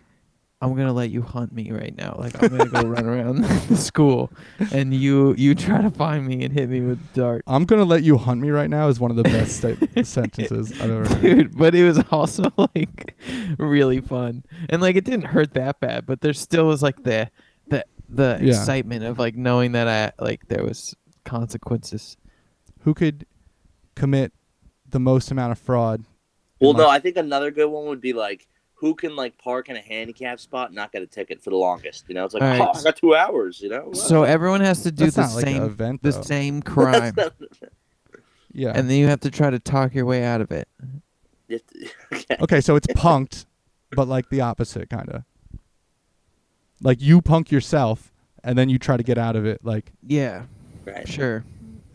B: I'm gonna let you hunt me right now. Like I'm gonna go run around the school, and you you try to find me and hit me with a dart,
A: I'm gonna let you hunt me right now is one of the best sta- sentences I've ever heard.
B: dude. But it was also like really fun, and like it didn't hurt that bad. But there still was like the the the
A: Yeah.
B: excitement of like knowing that I like there was consequences.
A: who could commit the most amount of fraud.
D: Well,
A: in
D: no,
A: life?
D: I think another good one would be like who can like park in a handicap spot and not get a ticket for the longest. You know, it's like
B: All right.
D: oh, I got two hours. You know.
B: So everyone has to do
A: That's
B: the
A: not like an
B: same
A: event,
B: the
A: though.
B: same crime,
A: Yeah.
B: and then you have to try to talk your way out of it.
D: You have to- okay.
A: okay, so it's punked, but like the opposite kind of. Like you punk yourself, and then you try to get out of it. Like
B: Yeah,
D: Right.
B: sure.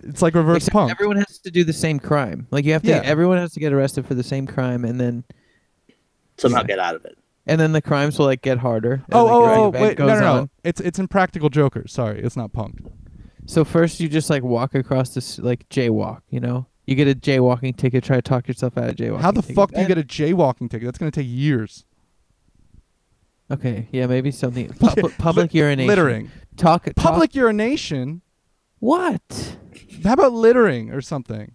A: it's like reverse
B: Except
A: punk.
B: Everyone has to do the same crime. Like you have to.
A: Yeah.
B: Everyone has to get arrested for the same crime, and then
D: Somehow
B: Yeah.
D: get out of it.
B: and then the crimes will like get harder. as,
A: oh,
B: like,
A: oh,
B: the
A: oh,
B: event
A: wait, no, no,
B: goes
A: no.
B: on.
A: It's it's in Practical Joker. Sorry, it's not punked.
B: So first you just like walk across this like jaywalk. You know, you get a jaywalking ticket. Try to talk yourself out of jaywalking.
A: How the
B: ticket.
A: fuck do you get a jaywalking ticket? That's gonna take years.
B: Eh, Okay, yeah, maybe something pub- public
A: Li-
B: urination,
A: littering,
B: talk talk-
A: public urination.
B: What?
A: How about littering or something?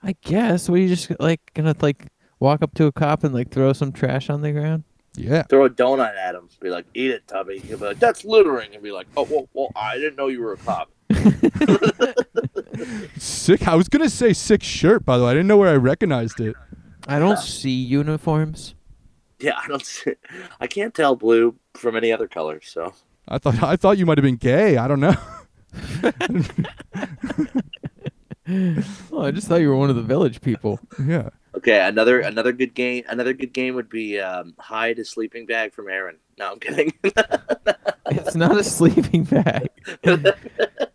B: I guess. What are you just like gonna like walk up to a cop and like throw some trash on the ground?
A: Yeah.
D: Throw a donut at him. Be like, eat it, Tubby. He'll be like, that's littering. And be like, oh, well, well, I didn't know you were a cop.
A: Sick. I was gonna say sick shirt. By the way, I didn't know where I recognized it.
B: I don't see uniforms.
D: Yeah, I don't. See, I can't tell blue from any other color. So
A: I thought I thought you might have been gay. I don't know.
B: Oh, I just thought you were one of the village people.
A: yeah.
D: okay, another another good game. Another good game would be um, hide a sleeping bag from Aaron. No, I'm kidding.
B: It's not a sleeping bag.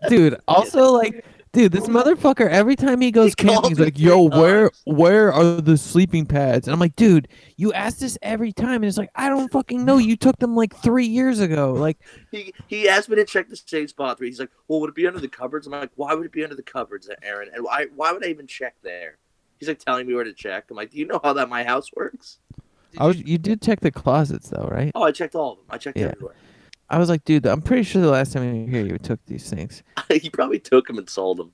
B: dude, also like dude, this motherfucker every time he goes
D: called
B: camping he's
D: it
B: like, "Yo,
D: three
B: where
D: times.
B: where are the sleeping pads?" And I'm like, "Dude, you ask this every time." And it's like, "I don't fucking know. You took them like 3 years ago." Like,
D: he he asked me to check the same spot three. He's like, "Well, would it be under the cupboards?" I'm like, "Why would it be under the cupboards, Aaron? And why why would I even check there?" He's like telling me where to check. I'm like, "Do you know how that my house works?"
A: I was-
B: you, you did check the closets though, right?
D: Oh, I checked all of them. I checked
B: Yeah.
D: everywhere.
B: I was like, "Dude, I'm pretty sure the last time you were here you took these things."
D: he probably took them and sold them.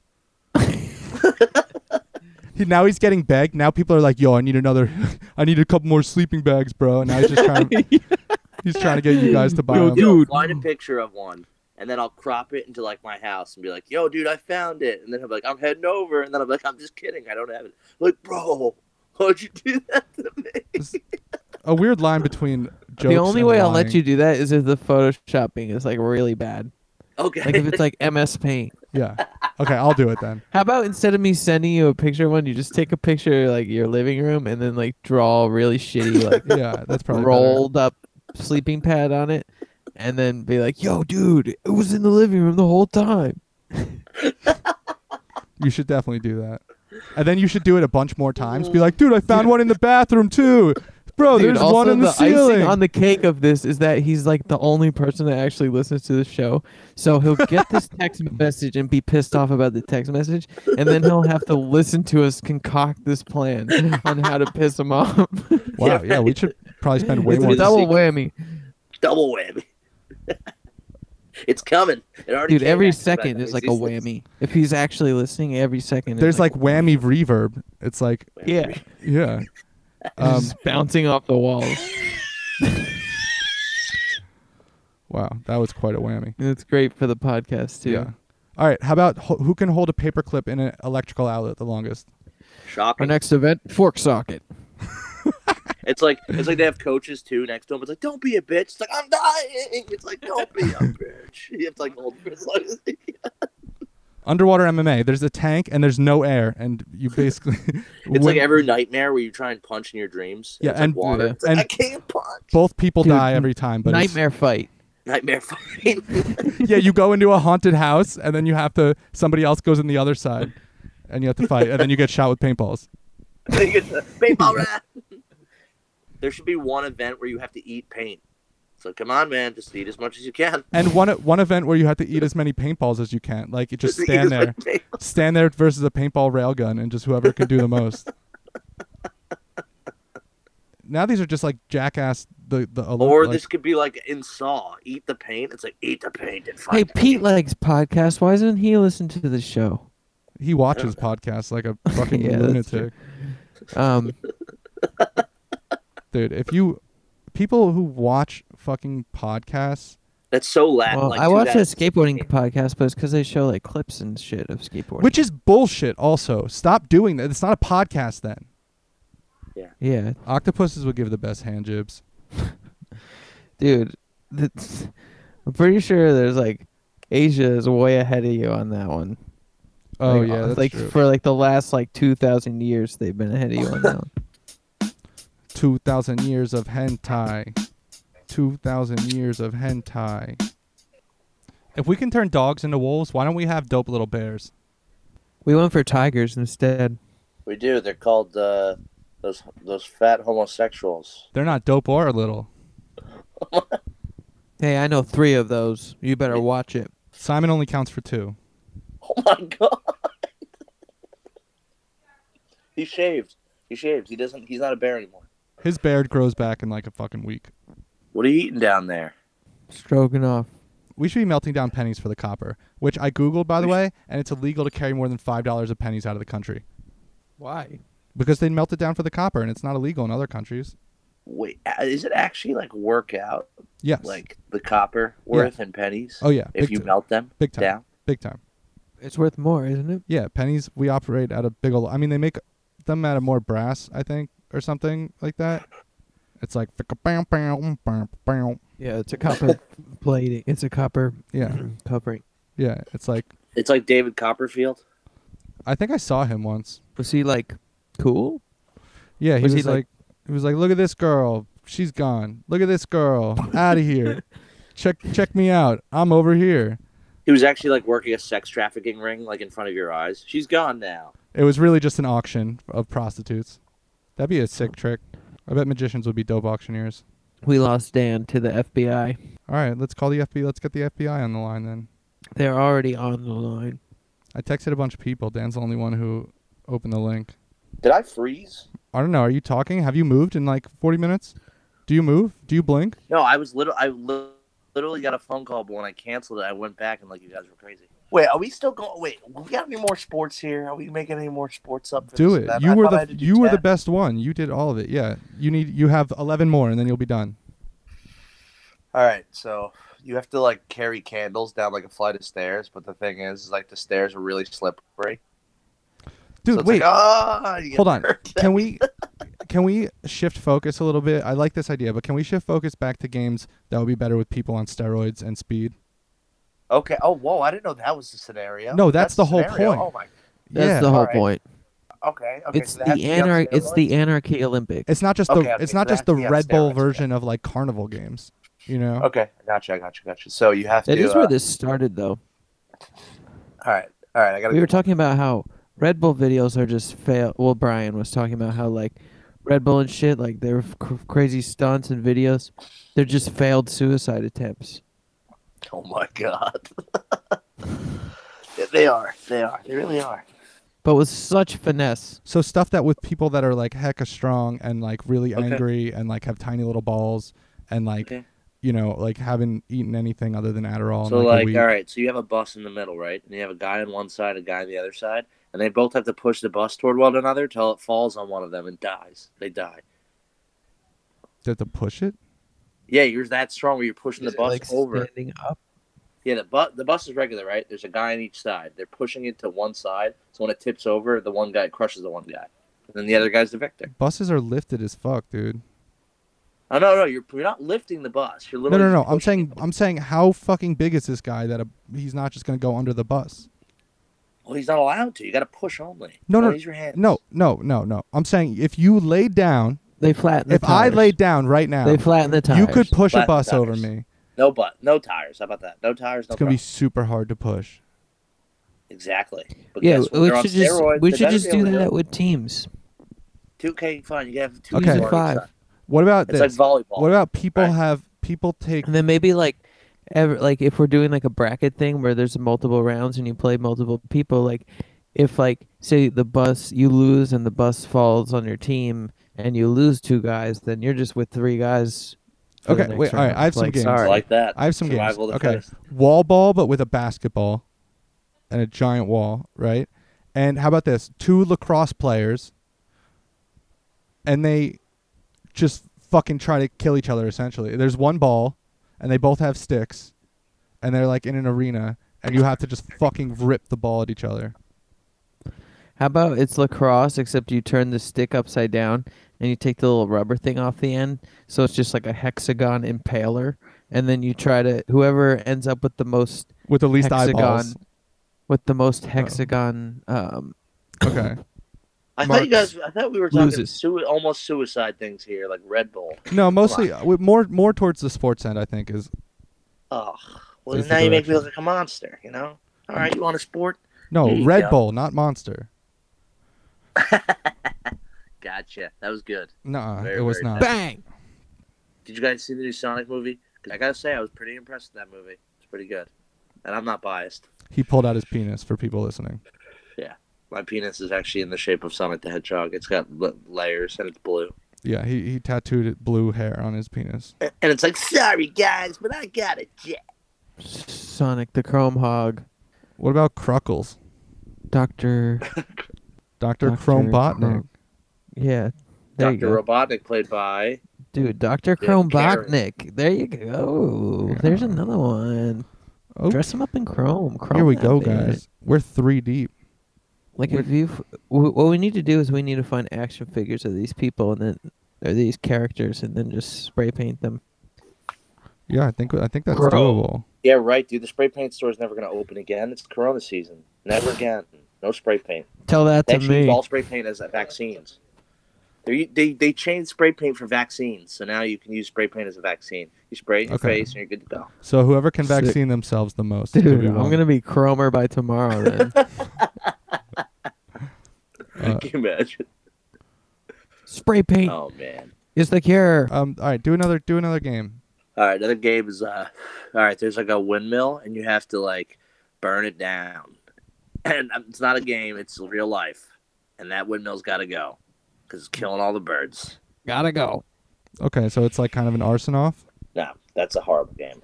A: He, now he's getting begged. Now people are like, "Yo, I need another. I need a couple more sleeping bags, bro." And now he's just trying. he's trying to get you guys to buy
B: Yo,
A: them.
B: dude.
D: Yo, find a picture of one, and then I'll crop it into like my house and be like, "Yo, dude, I found it." And then I'm like, "I'm heading over," and then I'm like, "I'm just kidding. I don't have it." Like, bro, why'd you do that to me?
A: a weird line between jokes.
B: the only
A: and
B: way I'll
A: lying.
B: let you do that is if the photoshopping is like really bad.
D: Okay.
B: Like if it's like MS Paint.
A: Yeah. Okay, I'll do it then.
B: How about instead of me sending you a picture of one, you just take a picture of, like your living room and then like draw a really shitty like
A: Yeah, that's probably better.
B: rolled up sleeping pad on it, and then be like, "Yo, dude, it was in the living room the whole time."
A: You should definitely do that. And then you should do it a bunch more times. Be like, dude, I found one in the bathroom too. Bro,
B: Dude,
A: Oh, there's
B: also
A: one in the, ceiling.
B: icing on the cake of this is that he's like the only person that actually listens to the show, so he'll get this text message and be pissed off about the text message, and then he'll have to listen to us concoct this plan on how to piss him off.
A: wow, yeah, we should probably spend way
B: it's
A: more
B: a
D: than-
B: double whammy.
D: double whammy. it's coming. It already
B: Dude,
D: came
B: every
D: after the fact
B: second
D: of
B: is like a
D: existence.
B: whammy. If he's actually listening, every second is
A: There's like whammy
D: um,
A: reverb. It's like,
B: yeah,
A: yeah. Um,
B: just bouncing off the walls.
A: wow, that was quite a whammy.
B: And it's great for the podcast too.
A: Yeah. All right, how about ho- who can hold a paperclip in an electrical outlet the longest?
B: Our
D: Shocking.
B: next event, fork socket.
D: It's like it's like they have coaches too next to him. It's like don't be a bitch. It's like I'm dying. It's like don't be a bitch. You have to like hold for as long as
A: Underwater MMA. There's a tank and there's no air, and you basically.
D: It's
A: when
D: like every nightmare where you try and punch in your dreams.
A: Yeah,
D: it's
A: and-
D: like water.
B: yeah.
D: It's like,
A: and-
D: I can't punch.
A: both people
B: Dude,
A: die every time, but it's-
B: Nightmare fight.
D: Nightmare fight.
A: yeah, you go into a haunted house and then you have to somebody else goes in the other side and you have to fight and then you get shot with paintballs.
D: Paintball rat. There should be one event where you have to eat paint. So come on, man, just eat as much as you can.
A: And one one event where you have to eat as many paintballs as you can. Like you just
D: Eat
A: stand
D: as much
A: there.
D: paint.
A: Stand there versus a paintball railgun and just whoever can do the most. Now these are just like jackass the the
D: Or
A: like-
D: this could be like in Saw, eat the paint. It's like eat the paint and fight.
B: Hey, Pete likes podcasts. Why doesn't he listen to the show?
A: he watches podcasts like a fucking
B: Yeah, that's true.
A: lunatic.
B: Um,
A: Dude, if you people who watch fucking podcasts
D: That's so loud.
B: well,
D: like,
B: I watch a
D: 2000.
B: skateboarding podcast, but it's because they show like clips and shit of skateboarding.
A: which is bullshit also. Stop doing that. It's not a podcast then.
B: yeah,
A: Octopuses would give the best hand jibs.
B: dude, that's, I'm pretty sure there's like Asia is way ahead of you on that one.
A: Oh
B: Like,
A: yeah,
B: uh,
A: that's
B: like
A: true.
B: for like the last like two thousand years, they've been ahead of you on that one.
A: Two thousand years of hentai. Two thousand years of hentai. If we can turn dogs into wolves, why don't we have dope little bears?
B: We went for tigers instead.
D: We do. They're called uh, those those fat homosexuals.
A: They're not dope or little.
B: Hey, I know three of those. You better watch it.
A: Simon only counts for two.
D: Oh my god. he shaved. He shaved. He doesn't. He's not a bear anymore.
A: His beard grows back in like a fucking week.
D: What are you eating down there?
B: Stroking off.
A: We should be melting down pennies for the copper, which I googled by the way, and it's illegal to carry more than five dollars of pennies out of the country
B: Why?
A: because they melt it down for the copper, and it's not illegal in other countries.
D: Wait, uh, is it actually like workout,
A: Yes.
D: like the copper worth in pennies?
A: oh yeah.
D: if
A: big
D: you
A: ti-
D: melt them
A: big time.
D: down.
A: Big time.
B: It's worth more, isn't it?
A: Yeah, pennies. We operate out of big old. I mean, they make them out of more brass, I think, or something like that. It's like bam, bam, bam, bam.
B: Yeah, it's a copper plating. It's a copper
A: yeah,
B: covering.
A: yeah. It's like
D: It's like David Copperfield.
A: I think I saw him once.
B: Was he like cool?
A: Yeah, he was,
B: Was he
A: like,
B: like-
A: he was like, look at this girl, she's gone. Look at this girl, out of here. Check check me out. I'm over here.
D: He was actually like working a sex trafficking ring, like in front of your eyes. She's gone now.
A: It was really just an auction of prostitutes. That'd be a sick trick. I bet magicians would be dope auctioneers.
B: We lost Dan to the FBI.
A: All right, let's call the FBI. Let's get the FBI on the line then.
B: They're already on the line.
A: I texted a bunch of people. Dan's the only one who opened the link.
D: Did I freeze?
A: I don't know. Are you talking? Have you moved in like 40 minutes? Do you move? Do you blink?
D: No, I was little. I li- literally got a phone call, but when I canceled it, I went back and like you guys were crazy. Wait, are we still going? Wait, we got any more sports here? Are we making any more sports up? for
A: Do
D: this
A: it.
D: event?
A: You
D: I
A: were
D: thought I
A: the
D: had to do
A: you were the
D: 10.
A: best one. You did all of it. Yeah. You need you have 11 more and then you'll be done.
D: All right, so you have to like carry candles down like a flight of stairs, but the thing is, is, like the stairs are really slippery.
A: Dude,
D: so it's
A: wait.
D: Like, ah, you get
A: Hold on.
D: hurt.
A: Can we can we shift focus a little bit? I like this idea, but can we shift focus back to games that would be better with people on steroids and speed?
D: Okay. Oh, whoa! I didn't know that was the scenario.
A: No, that's the whole
D: scenario.
A: point.
D: Oh my.
C: That's
A: yeah,
C: the whole
D: alright.
C: point.
D: Okay. okay
C: it's
D: so
C: the
D: that has to be on
C: anar- It's
D: steroids?
C: the anarchy Olympics.
A: it's not just
D: Okay,
A: the
D: okay,
A: it's
D: so
A: not
D: that
A: just the
D: has to be on
A: Red Bull
D: steroids,
A: version of like carnival games. You know,
D: Okay, gotcha, gotcha, gotcha. So you have
C: That
D: to.
C: is where
D: uh,
C: this started, though.
D: All right, all right. I gotta.
C: We were talking about how Red Bull videos are just fail. Well, Brian was talking about how like Red Bull and shit, like their cr- crazy stunts and videos, they're just failed suicide attempts.
D: Oh my god. they are. They are. They really are.
C: But with such finesse,
A: so stuff that with people that are like hecka strong and like really
D: Okay.
A: angry and like have tiny little balls and like
D: Okay.
A: you know like haven't eaten anything other than Adderall. in,
D: So
A: Oh, like, a
D: like,
A: week.
D: all right. So you have a bus in the middle, right? And you have a guy on one side, a guy on the other side, and they both have to push the bus toward one another till it falls on one of them and dies. They die.
A: Did to push it?
D: Yeah, you're that strong where you're pushing the
C: is it,
D: bus
C: like
D: over.
C: standing up.
D: Yeah, the bus the bus is regular, right? There's a guy on each side. They're pushing it to one side, so when it tips over, the one guy crushes the one guy, and then the other guy's the victor.
A: Buses are lifted as fuck, dude.
D: Oh no, no, you're you're not lifting the bus. You're
A: No,
D: literally
A: no, no.
D: just
A: I'm
D: pushing
A: saying
D: it.
A: I'm saying how fucking big is this guy that a, he's not just gonna go under the bus?
D: Well, he's not allowed to. You got to push only.
A: No, no,
D: Raise your hand.
A: No, no, no, no. I'm saying if you laid down,
C: They flatten. The
A: if I
C: tires.
A: laid down right now,
C: they flatten the tires.
A: you could push a
D: Flat
A: bus
D: tires.
A: over me.
D: no butt, no tires. How about that? No tires. No.
A: It's gonna be
D: problem.
A: super hard to push.
D: exactly. But
C: Yeah,
D: guess what?
C: we
D: They're on
C: should just
D: steroids.
C: we
D: They
C: should
D: better
C: just
D: be able
C: do
D: to
C: that with teams.
D: Two K, fine. You gotta have two
A: Okay.
D: people on each
C: Five.
D: side.
A: What about
D: It's
A: this?
D: like volleyball.
A: what about people
D: right?
A: have people take?
C: And then maybe like ever like if we're doing like a bracket thing where there's multiple rounds and you play multiple people, like if like say the bus you lose and the bus falls on your team and you lose two guys, then you're just with three guys. for the
A: Okay,
C: next
A: wait, all right,
C: round.
A: I have some
C: Like,
A: games.
C: sorry.
D: like that?
A: I have some games.
D: Survival of the
A: Okay,
D: fittest.
A: wall ball, but with a basketball and a giant wall, right? And how about this? Two lacrosse players, and they just fucking try to kill each other. Essentially, there's one ball, and they both have sticks, and they're like in an arena, and you have to just fucking rip the ball at each other.
C: How about it's lacrosse except you turn the stick upside down and you take the little rubber thing off the end, so it's just like a hexagon impaler, and then you try to whoever ends up with the most
A: with the least eyeballs.
C: hexagon with the most hexagon um
A: Okay.
D: I thought you
A: Marks.
D: guys. I thought we were talking
C: Loses.
D: sui- almost suicide things here, like Red Bull.
A: No, mostly uh, with more more towards the sports end. I think is
D: Oh, well
A: That's the
D: now you make
A: direction.
D: me look like a monster. You know. All right, you want a sport?
A: no
D: There you
A: Red
D: go.
A: Bull, not Monster.
D: Gotcha. That was good.
A: Nah,
D: Very,
A: it was
D: very
A: not.
C: bang.
D: Did you guys see the new Sonic movie? 'Cause I gotta say, I was pretty impressed with that movie. It's pretty good, and I'm not biased.
A: He pulled out his penis for people listening.
D: My penis is actually in the shape of Sonic the Hedgehog. It's got l- layers and it's blue.
A: Yeah, he he tattooed it- blue hair on his penis.
D: A- And it's like, sorry guys, but I got a jet.
C: Sonic the Chrome Hog,
A: What about Cruckles,
C: Doctor.
A: Doctor
C: Dr.
A: Chromebotnik?
C: Chrome- Yeah, there you
D: Doctor
C: go.
D: Robotnik, played by
C: dude. Doctor
D: Yeah, Karen.
C: Chromebotnik. There you go.
A: Yeah.
C: There's another one.
A: Oh,
C: Dress him up in chrome. chrome
A: here we
C: that
A: go,
C: bit.
A: guys. We're three deep.
C: Like if you, f- w- what we need to do is we need to find action figures of these people and then or these characters and then just spray paint them.
A: Yeah, I think I think that's
D: Bro.
A: doable.
D: Yeah, right, dude. The spray paint store is never gonna open again. It's Corona season. Never again. No spray paint.
C: Tell that
D: They
C: to
D: actually
C: me.
D: use all spray paint as vaccines. They, they they changed spray paint for vaccines, so now you can use spray paint as a vaccine. You spray it in your
A: Okay.
D: face and you're good to go.
A: So whoever can
C: Sick.
A: vaccine themselves the most, could
C: Dude,
A: be
C: I'm
A: one.
C: gonna be chromer by tomorrow. Then
A: Uh,
D: can you imagine?
C: spray paint
D: Oh Uh, man.
C: is the cure.
A: Um, all right, do another do another game.
D: All right, another game is uh, all right. There's like a windmill, and you have to like burn it down. And um, it's not a game; it's real life. And that windmill's got to go because it's killing all the birds.
C: Gotta go.
A: Okay, so it's like kind of an arson off.
D: No, that's a horrible game.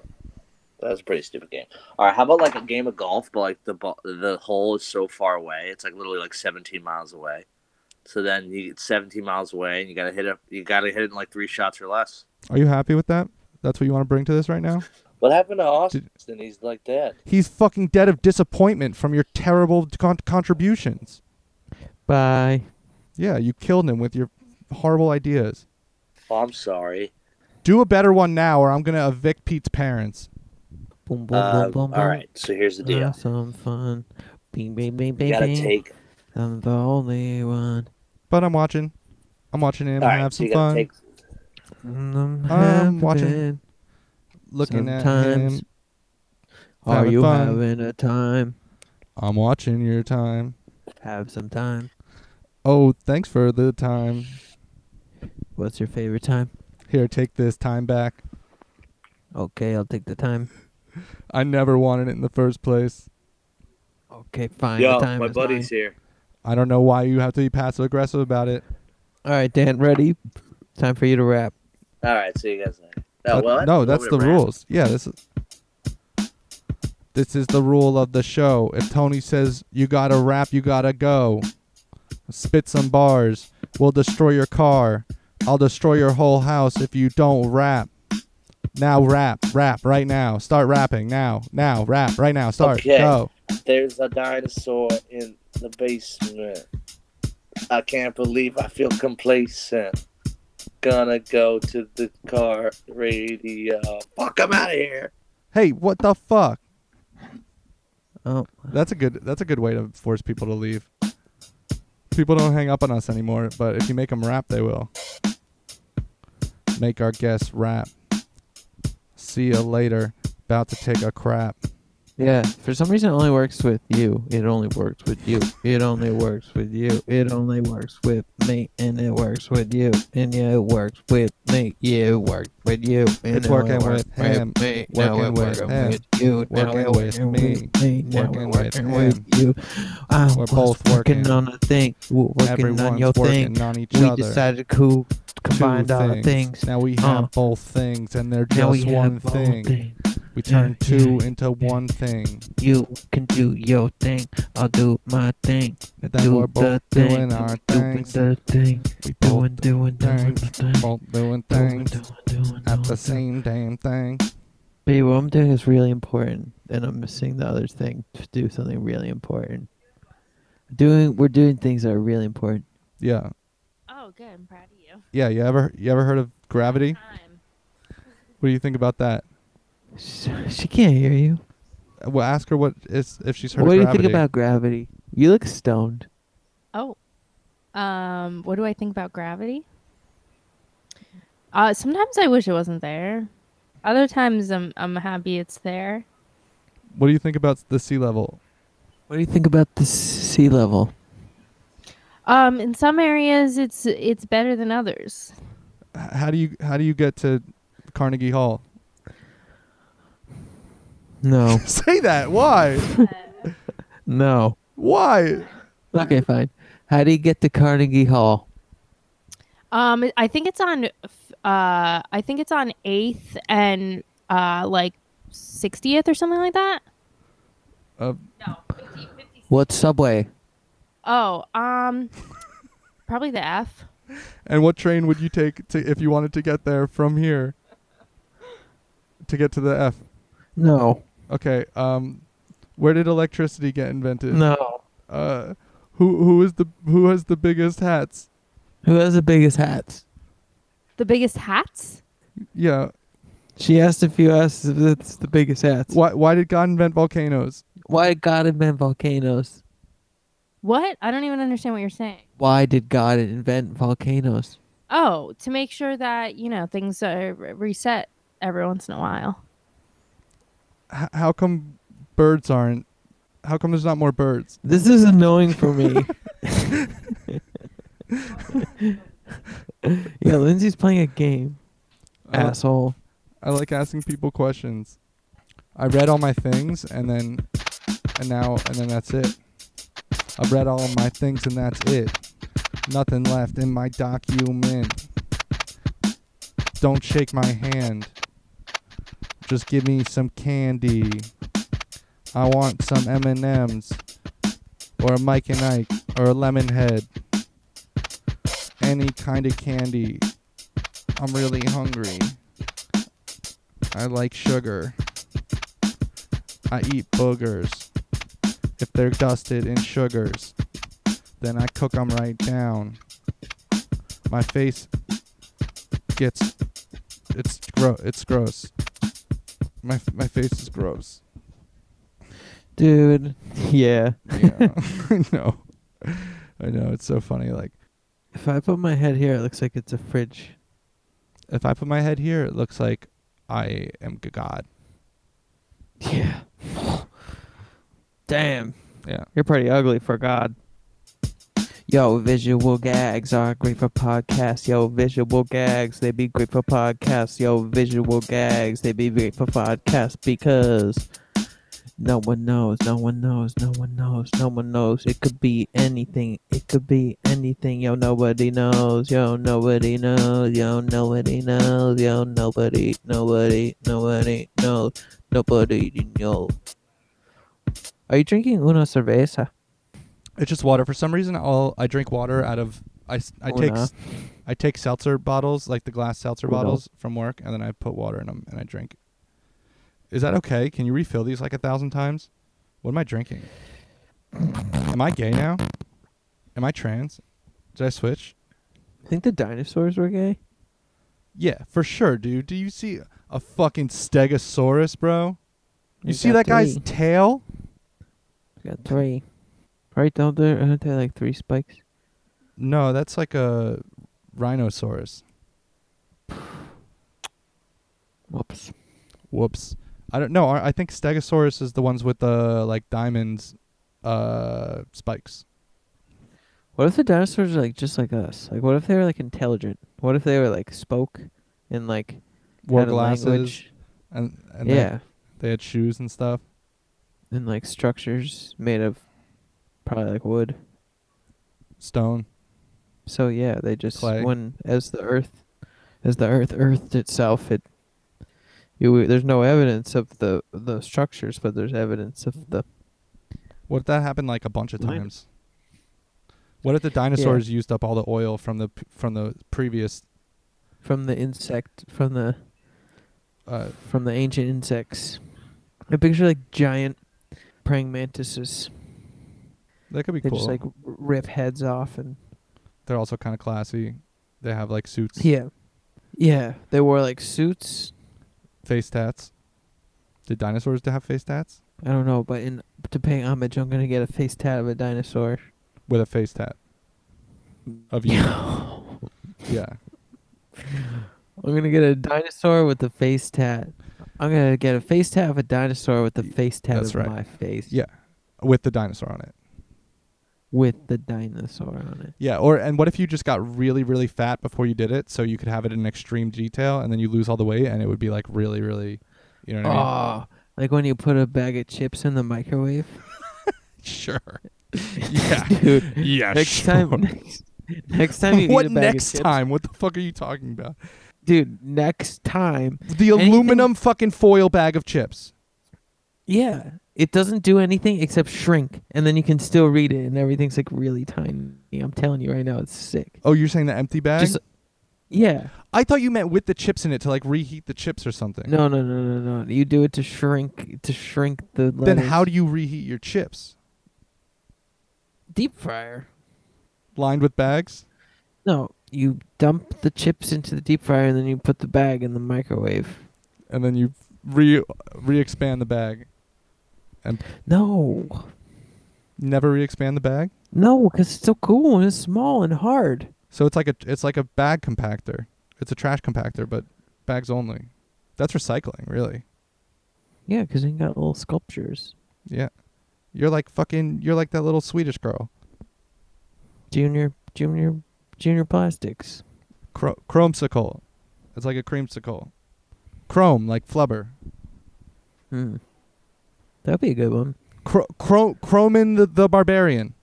D: That's a pretty stupid game. All right, how about like a game of golf, but like the ball, the hole is so far away; it's like literally like 17 miles away. So then you get 17 miles away, and you gotta hit it. You gotta hit it in like three shots or less.
A: Are you happy with that? That's what you want to bring to this right now?
D: What happened to Austin? He's like that.
A: He's fucking dead of disappointment from your terrible con- contributions.
C: Bye.
A: Yeah, you killed him with your horrible ideas.
D: Oh, I'm sorry.
A: Do a better one now, or I'm gonna evict Pete's parents.
B: Boom, boom,
D: Um,
B: boom, boom, boom. Uh,
D: all right, so here's the deal.
B: Have some fun. Bing, bing, bing,
D: you
B: bing,
D: gotta
B: bing.
D: take.
B: I'm the only one.
A: But I'm watching. I'm watching him.
D: All right,
A: have
D: so
A: some
D: you gotta
A: fun.
D: take.
B: I'm
A: I'm watching.
B: having-
A: Looking at
B: Sometimes
A: him.
B: Are
A: having
B: you
A: fun.
B: having a time?
A: I'm watching your time.
B: Have some time.
A: Oh, thanks for the time.
B: What's your favorite time?
A: Here, take this time back.
B: Okay, I'll take the time.
A: I never wanted it in the first place.
B: Okay, fine.
D: Yo,
B: the time
D: my
B: is
D: buddy's here.
A: I don't know why you have to be passive aggressive about it.
B: mine. All right, Dan, ready? Time for you to rap.
D: All right, see you guys later.
A: That-
D: Oh, well,
A: no,
D: a
A: that's the
D: little bit of rap.
A: rules. Yeah, this is this is the rule of the show. If Tony says you gotta rap, you gotta go. Spit some bars. We'll destroy your car. I'll destroy your whole house if you don't rap. Now rap, rap right now. Start rapping now, now rap right now. Start
D: Okay.
A: go.
D: There's a dinosaur in the basement. I can't believe I feel complacent. Gonna go to the car radio. Fuck, I'm out of here.
A: Hey, what the fuck?
B: Oh,
A: That's a good. That's a good way to force people to leave. People don't hang up on us anymore, but if you make them rap, they will. Make our guests rap. See ya later. About to take a crap.
B: yeah. For some reason, it only works with you. It only works with you. It only works with you. It only works with me, and it works with you, and yeah, it works with me. Yeah, it works with you. And
A: It's
B: now it
A: working
B: works
A: with him.
B: me. Now
A: Working
B: it
A: with
B: working
A: him.
B: with you. Now
A: Working
B: it
A: with
B: working
A: me.
B: with me. Now
A: Working
B: it
A: with
B: working
A: him.
B: with you. I
A: We're
B: was
A: both working.
B: working on a thing. We're Working
A: Everyone's
B: on your
A: working
B: thing.
A: on each
B: We
A: other.
B: decided to
A: Two
B: combine our
A: things.
B: things.
A: Now we have
B: Uh,
A: both things, and they're
B: Now we
A: just
B: have
A: one
B: our
A: thing.
B: thing.
A: We turn
B: Yeah,
A: two
B: yeah,
A: into one thing.
B: You can do your thing. I'll do my thing.
A: And then
B: do
A: we're both
B: the thing.
A: doing our
B: doing
A: things.
B: the thing.
A: We both
B: Doing, doing, doing
A: things.
B: the thing.
A: both doing
B: Doing,
A: things
B: doing, doing,
A: at the
B: doing.
A: same damn thing.
B: Babe, what I'm doing is really important, and I'm missing the other thing to do something really important. Doing, we're doing things that are really important.
A: Yeah,
E: Oh, good. I'm proud of you.
A: yeah. You ever you ever heard of gravity?
E: Time.
A: What do you think about that?
B: She, she can't hear you.
A: Well, ask her what is if she's heard
B: What
A: of
B: do you
A: gravity.
B: think about gravity? You look stoned.
E: Oh. Um, what do I think about gravity? Uh, sometimes I wish it wasn't there. Other times I'm I'm happy it's there.
A: What do you think about the sea level?
B: What do you think about the sea level?
E: Um, in some areas it's it's better than others.
A: H- How do you how do you get to Carnegie Hall?
B: No,
A: Say that. Why?
B: no.
A: Why?
B: Okay, fine. How do you get to Carnegie Hall?
E: Um, I think it's on. f- Uh, I think it's on Eighth and uh, like sixtieth or something like that.
A: Uh,
E: No.
B: What subway?
E: Oh, um, probably the F.
A: and what train would you take to if you wanted to get there from here? To get to the F.
B: No.
A: Okay. Um, where did electricity get invented?
B: No.
A: Uh, who who is the who has the biggest hats?
B: Who has the biggest hats?
E: The biggest hats?
A: Yeah.
B: She asked if you asked if it's the biggest hats.
A: Why why did God invent volcanoes?
B: Why did God invent volcanoes?
E: What? I don't even understand what you're saying.
B: Why did God invent volcanoes?
E: Oh, to make sure that you know things are re- reset every once in a while.
A: H- how come birds aren't? How come there's not more birds?
B: This is annoying for me. yeah, Lindsay's playing a game.
A: Uh,
B: Asshole.
A: I like asking people questions. I read all my things and then and now and then that's it. I read all of my things and that's it. Nothing left in my document. Don't shake my hand. Just give me some candy. I want some M&Ms or a Mike and Ike or a lemon head. Any kind of candy. I'm really hungry. I like sugar. I eat boogers. If they're dusted in sugars, then I cook 'em right down. my face gets it's gro it's gross. My f- my face is gross.
B: dude. Yeah.
A: Yeah. I know. I know it's so funny like
B: If I put my head here, it looks like it's a fridge.
A: if I put my head here it looks like I am g- god.
B: Yeah. Damn.
A: Yeah.
B: You're pretty ugly for God. Yo, visual gags are great for podcasts. Yo, visual gags, they be great for podcasts. Yo, visual gags, they be great for podcasts because no one knows, no one knows, no one knows, no one knows. It could be anything, it could be anything. Yo, nobody knows, yo, nobody knows, yo, nobody knows, yo, nobody, nobody, nobody knows, nobody knows. Are you drinking una cerveza?
A: It's just water for some reason I'll I drink water out of I, s- I take
B: Una.
A: s- I take seltzer bottles like the glass seltzer
B: Una.
A: bottles from work and then I put water in them and I drink. Is that okay? Can you refill these like a thousand times? What am I drinking? Am I gay now? Am I trans? Did I switch?
B: I think the dinosaurs were gay.
A: Yeah, for sure, dude. Do you see a fucking stegosaurus, bro? You
B: We
A: see
B: got
A: that guy's
B: three.
A: tail?
B: We got three. Right, don't there? Aren't there like three spikes?
A: No, that's like a rhinoceros.
B: Whoops.
A: Whoops. I don't know. I I think stegosaurus is the ones with the like diamonds uh spikes.
B: What if the dinosaurs are like just like us? Like, what if they were like intelligent? What if they were like spoke and like
A: Wore
B: had a
A: glasses
B: language?
A: and and they-
B: Yeah,
A: they had shoes and stuff.
B: and like structures made of probably like wood.
A: Stone.
B: So yeah, they just
A: Clay.
B: when as the earth, as the earth earthed itself, it you there's no evidence of the the structures, but there's evidence of the
A: What if that happened like a bunch of
B: Mine-
A: times? What if the dinosaurs used up all the oil from the p- from the previous
B: from the insect from the
A: uh
B: from the ancient insects. I picture like giant praying mantises.
A: that could be
B: They
A: cool.
B: just like r- rip heads off and
A: They're also kind of classy. They have like suits,
B: yeah, yeah. They wore like suits.
A: face tats. Did dinosaurs have face tats?
B: I don't know, but in to pay homage, I'm gonna get a face tat of a dinosaur.
A: With a face tat. Of you.
B: I'm
A: yeah.
B: gonna get a dinosaur with a face tat. I'm gonna get a face tat of a dinosaur with the face tat
A: that's
B: of
A: right.
B: my face.
A: Yeah. With the dinosaur on it.
B: with the dinosaur on it.
A: Yeah, or and what if you just got really, really fat before you did it so you could have it in extreme detail and then you lose all the weight and it would be like really, really you know what I mean?
B: Oh, like when you put a bag of chips in the microwave.
A: Sure. yeah.
B: Dude,
A: Yeah.
B: next
A: sure.
B: time next, next time you
A: what
B: eat a bag
A: next
B: of chips,
A: time? What the fuck are you talking about?
B: dude next time
A: The
B: Anything-
A: aluminum fucking foil bag of chips.
B: yeah it doesn't do anything except shrink and then you can still read it and everything's like really tiny i'm telling you right now it's sick
A: Oh, you're saying the empty bag?
B: just yeah
A: I thought you meant with the chips in it to like reheat the chips or something.
B: no no no no no you do it to shrink to shrink the
A: Then how do you reheat your chips?
B: deep fryer
A: Lined with bags?
B: no you dump the chips into the deep fryer and then you put the bag in the microwave
A: And then you re re expand the bag.
B: no
A: Never re expand the bag?
B: no because it's so cool and it's small and hard
A: So it's like a it's like a bag compactor. It's a trash compactor, but bags only. That's recycling, really.
B: yeah because you got little sculptures
A: Yeah. You're like fucking you're like that little Swedish girl.
B: junior junior junior plastics
A: Cro- chromesicle. It's like a creamsicle. Chrome, like flubber.
B: Hmm. That'd be a good one.
A: Cro- Cro- Chromin the, the barbarian.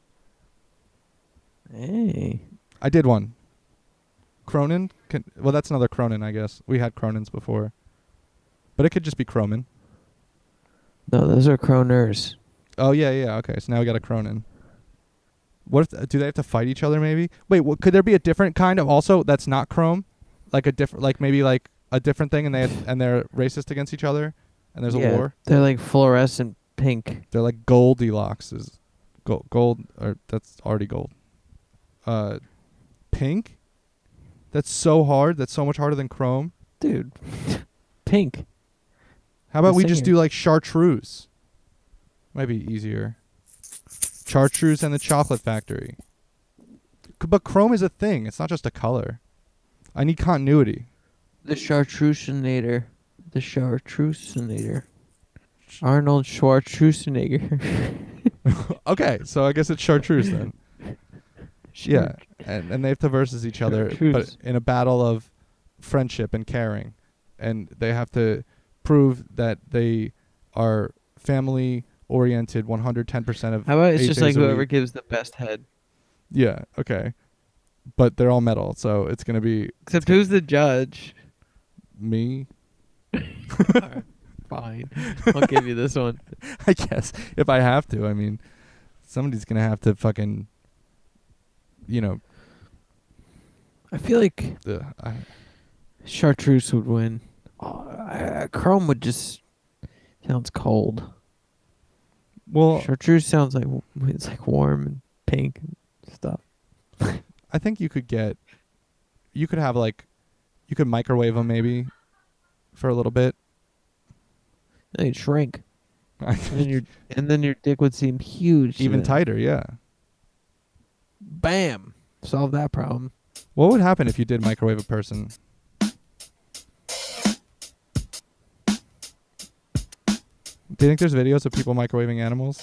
B: Hey.
A: I did one. Cronin? Can, well, that's another Cronin, I guess. We had Cronins before. But it could just be Cronin.
B: No, those are Croners.
A: Oh, yeah, yeah. Okay, so now we got a Cronin. What if, do they have to fight each other, maybe? Wait, what, could there be a different kind of also that's not Chrome? Like a different, like maybe like a different thing and, they have, and they're racist against each other and there's a
B: Yeah,
A: war?
B: They're like fluorescent pink.
A: They're like Goldilocks is gold, gold or that's already gold. Uh, pink? That's so hard. That's so much harder than Chrome.
B: dude. Pink.
A: How about
B: The
A: we just
B: singer.
A: do like chartreuse? Might be easier. Chartreuse and the Chocolate Factory. C- But Chrome is a thing. It's not just a color. I need continuity.
B: The Chartreusinator. The Chartreusinator. Arnold Schwarzenegger.
A: Okay, so I guess it's chartreuse then. Yeah, and and they have to versus each other, but
B: Chartreuse.
A: in a battle of friendship and caring, and they have to prove that they are family oriented 110% of
B: How about it's
A: eight
B: just
A: days
B: like
A: a
B: whoever
A: week.
B: gives the best head?
A: Yeah, okay. But they're all metal, so it's going to be
B: Except who's the judge?
A: me,
B: Fine. I'll give you this one.
A: I guess, if I have to. I mean, somebody's going to have to fucking you know,
B: I feel like
A: uh, I,
B: Chartreuse would win. Oh, I- I- Chrome would just sounds cold.
A: well,
B: Chartreuse sounds like w- it's like warm and pink and stuff.
A: I think you could get, you could have like, you could microwave them maybe, for a little bit.
B: Then you'd shrink, and then your and then your dick would seem huge. to
A: Even
B: them.
A: tighter, yeah.
B: Bam! Solve that problem.
A: What would happen if you did microwave a person? Do you think there's videos of people microwaving animals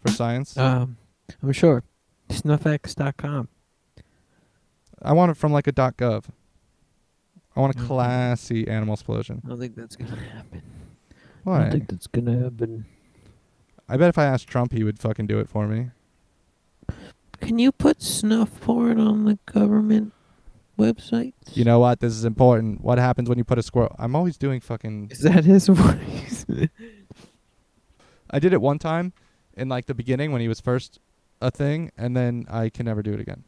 A: for science?
B: Um, I'm sure. Snuffx.com.
A: I want it from like a .gov. I want a
B: Mhm.
A: classy animal explosion.
B: I don't think that's gonna happen. I
A: Why?
B: don't think that's gonna happen.
A: I bet if I asked Trump, he would fucking do it for me.
B: Can you put snuff porn on the government website?
A: You know what? This is important. What happens when you put a squirrel? I'm always doing fucking.
B: Is that his voice?
A: I did it one time, in like the beginning when he was first a thing, and then I can never do it again.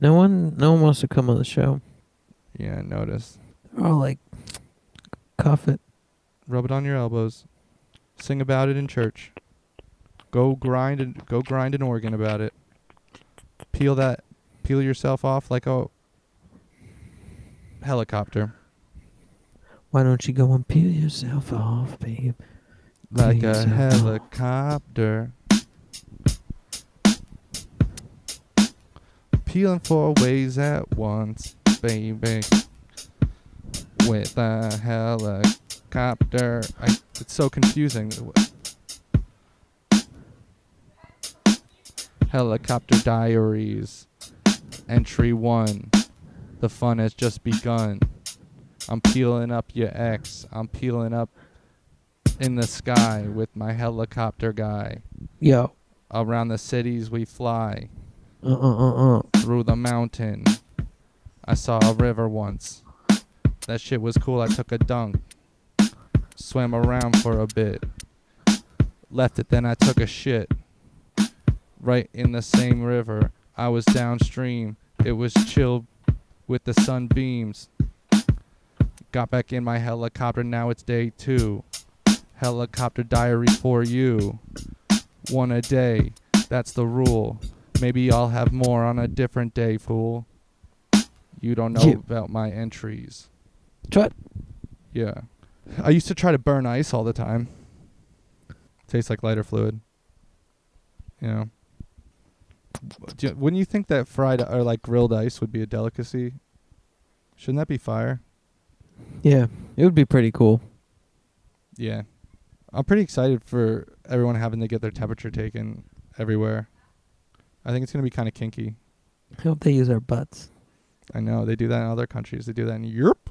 B: no one, no one wants to come on the show.
A: Yeah, notice.
B: They're all like, cuff it.
A: rub it on your elbows, sing about it in church, go grind and go grind an organ about it, peel that, peel yourself off like a helicopter,
B: Why don't you go and peel yourself off, babe?
A: like
B: Peel
A: a
B: yourself off.
A: helicopter. Peeling four ways at once, baby. With a helicopter. I, it's so confusing. Helicopter Diaries, Entry 1. The fun has just begun. I'm peeling up your ex. I'm peeling up in the sky with my helicopter guy.
B: Yo,
A: Around the cities we fly,
B: uh, uh, uh, uh.
A: through the mountain. I saw a river once. That shit was cool. I took a dunk, swam around for a bit, left it, then I took a shit. Right in the same river, I was downstream. It was chill with the sunbeams. Got back in my helicopter, now it's day two. Helicopter diary for you. One a day, that's the rule. Maybe I'll have more on a different day, fool. You don't know
B: Yeah.
A: about my entries.
B: Tut.
A: Yeah. I used to try to burn ice all the time. Tastes like lighter fluid. You know. Do you, wouldn't you think that fried or like grilled ice would be a delicacy? Shouldn't that be fire?
B: Yeah, it would be pretty cool.
A: Yeah. I'm pretty excited for everyone having to get their temperature taken everywhere. I think it's going to be kind of kinky.
B: I hope they use our butts.
A: I know they do that in other countries. They do that in Europe.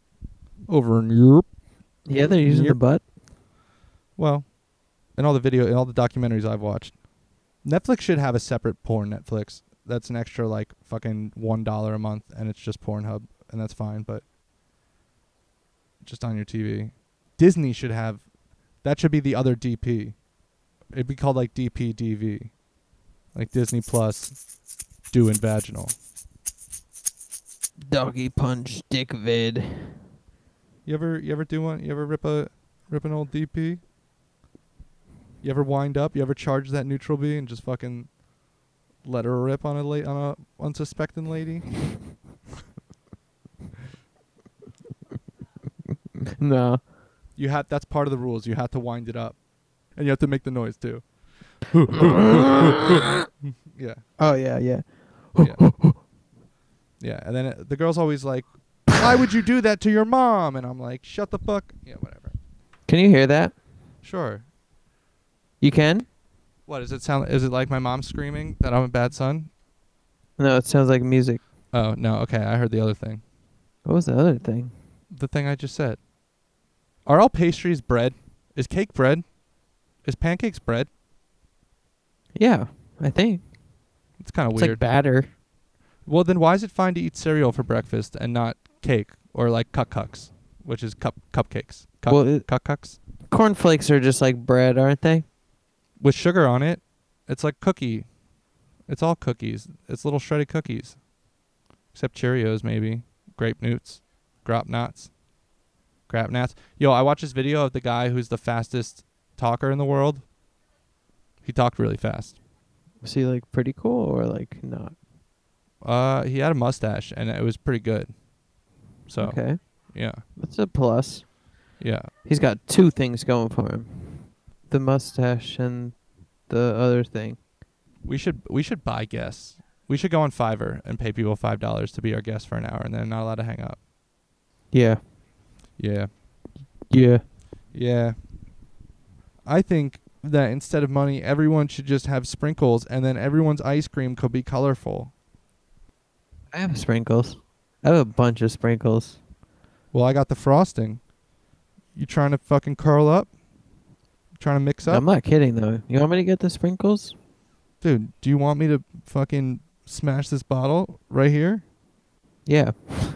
A: Over in Europe.
B: Yeah, they're using the
A: Yep.
B: butt.
A: Well, in all the video, in all the documentaries I've watched, Netflix should have a separate porn Netflix. That's an extra like fucking one dollar a month, and it's just Pornhub, and that's fine. But just on your TV, Disney should have. That should be the other DP. It'd be called like DPDV, like Disney Plus, Do and Vaginal.
B: Doggy punch dick vid.
A: You ever you ever do one? You ever rip a rip an old DP? You ever wind up? You ever charge that neutral B and just fucking let her rip on a late on a unsuspecting lady?
B: No.
A: You have that's part of the rules. You have to wind it up, and you have to make the noise too. yeah,
F: Oh yeah, yeah.
A: yeah, yeah. And then it, the girl's always like, "Why would you do that to your mom?" And I'm like, "Shut the fuck." Yeah, whatever.
B: Can you hear that?
A: Sure.
B: You can?
A: What does it sound? Is it like my mom screaming that I'm a bad son?
B: No, it sounds like music.
A: Oh no. Okay, I heard the other thing.
B: What was the other thing?
A: The thing I just said. Are all pastries bread? Is cake bread? Is pancakes bread?
B: Yeah, I think.
A: It's kind of
B: It's
A: weird.
B: like batter.
A: Well, then why is it fine to eat cereal for breakfast and not cake or like cuck cucks, which is cup cupcakes? Cuck,
B: Well, it-
A: cuck cucks
B: Cornflakes are just like bread, aren't they?
A: with sugar on it. It's like cookie. It's all cookies. It's little shredded cookies, except Cheerios maybe, grape nuts, grop nuts, grap nuts. Yo, I watched this video of the guy who's the fastest talker in the world. He talked really fast.
B: Was he like pretty cool or like not?
A: Uh, he had a mustache and it was pretty good. So
B: Okay.
A: yeah,
B: That's a plus.
A: yeah.
B: He's got two things going for him. The mustache and the other thing.
A: We should we should buy guests. We should go on Fiverr and pay people five dollars to be our guest for an hour, and they're not allowed to hang up.
B: Yeah.
A: Yeah,
B: Yeah.
A: yeah. I think that instead of money, everyone should just have sprinkles, and then everyone's ice cream could be colorful.
B: I have sprinkles. I have a bunch of sprinkles.
A: Well, I got the frosting. You trying to fucking curl up? Trying to mix up,
B: I'm not kidding though. You want me to get the sprinkles?
A: dude? Do you want me to fucking smash this bottle right here?
B: Yeah.
A: I,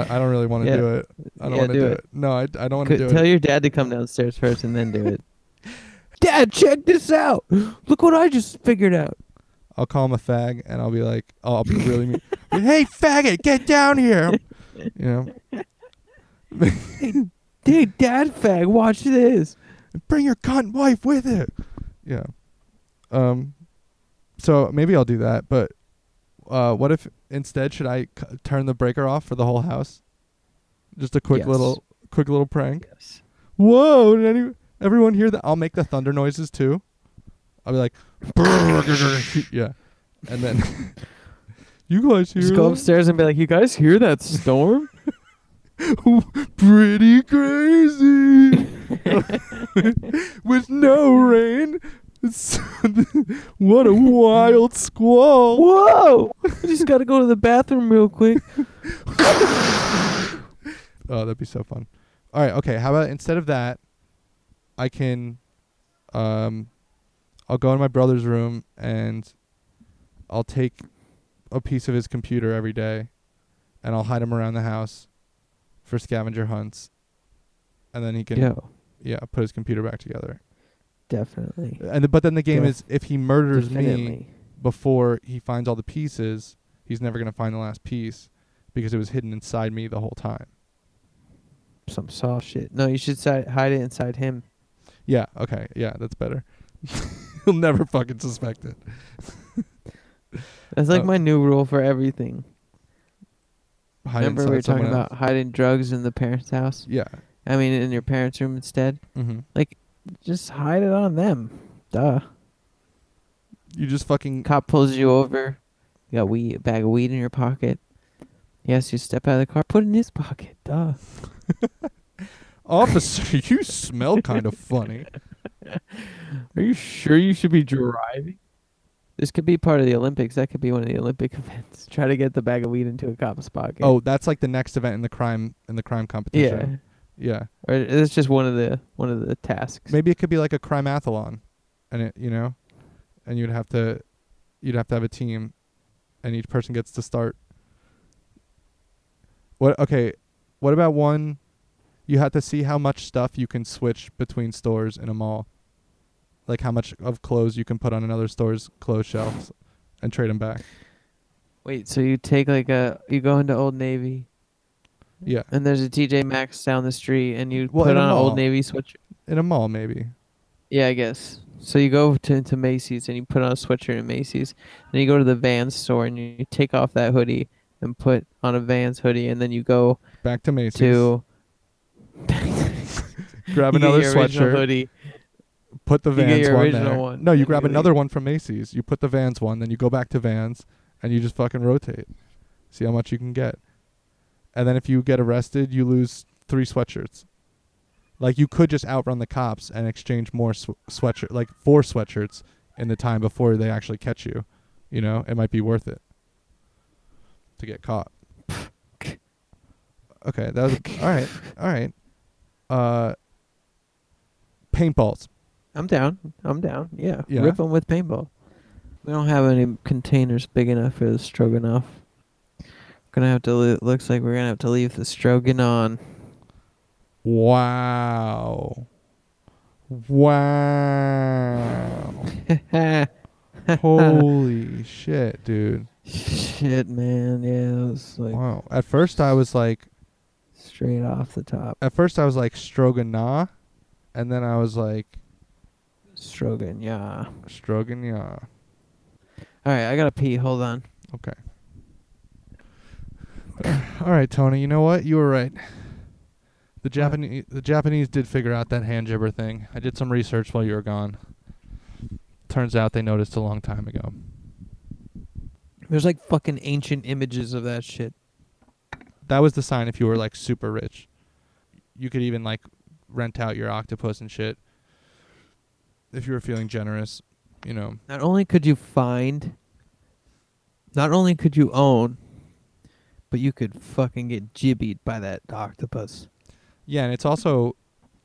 A: I don't really want to
B: Yeah.
A: do it. I don't
B: Yeah,
A: want to
B: do
A: do,
B: it.
A: it. No, I, I don't want to
B: Could-
A: do it.
B: tell your dad to come downstairs first and then do it. dad, check this out. Look what I just figured out.
A: I'll call him a fag and I'll be like, oh, I'll be really mean. hey, faggot, get down here. You know,
B: Dude, dad fag, watch this.
A: bring your cunt wife with it. Yeah. Um, so maybe I'll do that. But uh, what if instead should I c- turn the breaker off for the whole house? Just a quick
B: Yes.
A: little, quick little prank.
B: Yes.
A: Whoa! Did any, everyone hear that? I'll make the thunder noises too. I'll be like, yeah, and then you guys hear?
B: Just go
A: that?
B: upstairs and be like, you guys hear that storm?
A: pretty crazy with no rain. It's- what a wild squall!
B: Whoa! I just gotta go to the bathroom real quick.
A: Oh, that'd be so fun. All right, okay. How about instead of that, I can, um, I'll go in my brother's room and I'll take a piece of his computer every day, and I'll hide him around the house for scavenger hunts, and then he can
B: Yeah,
A: yeah put his computer back together.
B: definitely.
A: And the, but then the game
B: Def-
A: is if he murders me
B: Definitely.
A: before he finds all the pieces, he's never gonna find the last piece because it was hidden inside me the whole time.
B: Some soft shit. No, you should si- hide it inside him.
A: Yeah. Okay. Yeah, that's better. He'll never fucking suspect it.
B: That's like
A: Oh.
B: my new rule for everything.
A: Hide
B: Remember we
A: inside
B: were talking
A: someone else.
B: about hiding drugs in the parents' house?
A: Yeah.
B: I mean, in your parents' room instead?
A: Mm-hmm.
B: Just hide it on them. Duh.
A: You just fucking
B: Cop pulls you over. You got weed, bag of weed in your pocket. Yes, you step out of the car, put it in his pocket. Duh.
A: officer. you smell kind of funny.
B: Are you sure you should be driving? This could be part of the Olympics. That could be one of the Olympic events. Try to get the bag of weed into a cop's pocket.
A: Oh, that's like the next event in the crime in the crime
B: yeah.
A: competition. Yeah. Yeah.
B: Or it's just one of the one of the tasks.
A: Maybe it could be like a crimeathlon, and it you know, and you'd have to, you'd have to have a team, and each person gets to start. What okay, what about one? You have to see how much stuff you can switch between stores in a mall, like how much of clothes you can put on another store's clothes shelves, and trade them back.
B: Wait, so you take like a you go into Old Navy
A: Yeah,
B: and there's a TJ Maxx down the street and you
A: Well,
B: put
A: in a
B: on an
A: mall.
B: Old Navy sweatshirt.
A: in a mall maybe.
B: Yeah, I guess. So you go to into Macy's and you put on a sweatshirt at Macy's. Then you go to the Vans store and you take off that hoodie and put on a Vans hoodie and then you go
A: Back to Macy's.
B: to
A: grab
B: You get
A: another
B: your original
A: sweatshirt,
B: hoodie.
A: put the
B: you get
A: Vans
B: your
A: one
B: original
A: there.
B: one,
A: No, you
B: and
A: grab
B: you leave.
A: another one from Macy's. You put the Vans one, then you go back to Vans, and you just fucking rotate. See how much you can get. And then if you get arrested, you lose three sweatshirts. Like you could just outrun the cops and exchange more sw- sweatshirt, like four sweatshirts in the time before they actually catch you. You know, it might be worth it to get caught. Okay, that was all right. All right. Uh, paintballs.
B: I'm down. I'm down. Yeah. Rip 'em
A: Yeah.
B: Rip them with paintball. We don't have any containers big enough for the stroganoff. Gonna have to. Li- looks like we're gonna have to leave the strogan on.
A: Wow. Wow. Holy shit, dude.
B: Shit, man. Yeah, it was like
A: Wow. At first I was like
B: straight off the top.
A: at first I was like strogana and then I was like
B: Strogan. Yeah.
A: strogan yeah.
B: All right. I gotta pee. Hold on.
A: Okay. All right, Tony, you know what? You were right. The Japanese the Japanese did figure out that hand jibber thing. I did some research while you were gone. Turns out they noticed a long time ago.
B: There's like fucking ancient images of that shit.
A: that was the sign if you were like super rich. You could even like rent out your octopus and shit. If you were feeling generous, you know.
B: Not only could you find, not only could you own, but you could fucking get jibbied by that octopus.
A: Yeah, and it's also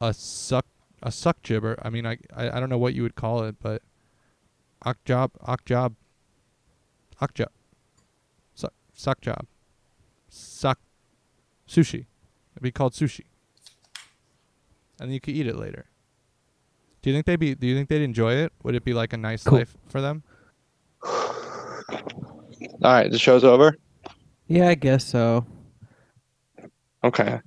A: a suck a suck jibber. I mean, I I, I don't know what you would call it, but ock job, ock job, ock job, suck suck job, suck sushi. It'd be called sushi, and you could eat it later. Do you think they'd be? Do you think they'd enjoy it? Would it be like a nice
B: Cool.
A: life for them?
G: All right, the show's over.
B: Yeah, I guess so.
G: Okay.